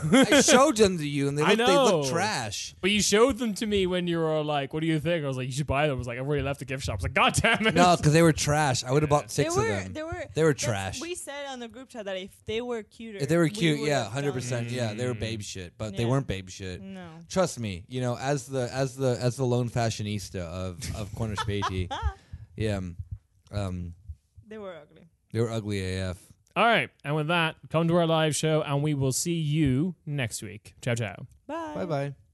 Speaker 1: but
Speaker 3: I showed them to you and they
Speaker 1: I
Speaker 3: look, they look
Speaker 1: know.
Speaker 3: trash.
Speaker 1: you showed them to me when you were like, "What do you think?" I was like, "You should buy them." I was like, "I've already left the gift shop." I was like, "God damn it!"
Speaker 3: No, because they were trash. I would have bought six
Speaker 4: they were,
Speaker 3: of them.
Speaker 4: They were.
Speaker 3: They were
Speaker 4: that's-
Speaker 3: trash.
Speaker 4: We said on the group chat that if they were cuter,
Speaker 3: if they were
Speaker 4: we
Speaker 3: cute,
Speaker 4: would
Speaker 3: yeah,
Speaker 4: have done
Speaker 3: hundred percent,
Speaker 4: it.
Speaker 3: yeah, they were babe shit, but they
Speaker 4: Yeah. Mm.
Speaker 3: weren't babe shit.
Speaker 4: No.
Speaker 3: Trust me, you know, as the as the as the lone fashionista of of Cornish Beatty, yeah, um,
Speaker 4: They were ugly.
Speaker 3: they were ugly AF.
Speaker 1: All right, and with that, come to our live show, and we will see you next week. Ciao, ciao.
Speaker 4: Bye.
Speaker 3: Bye bye.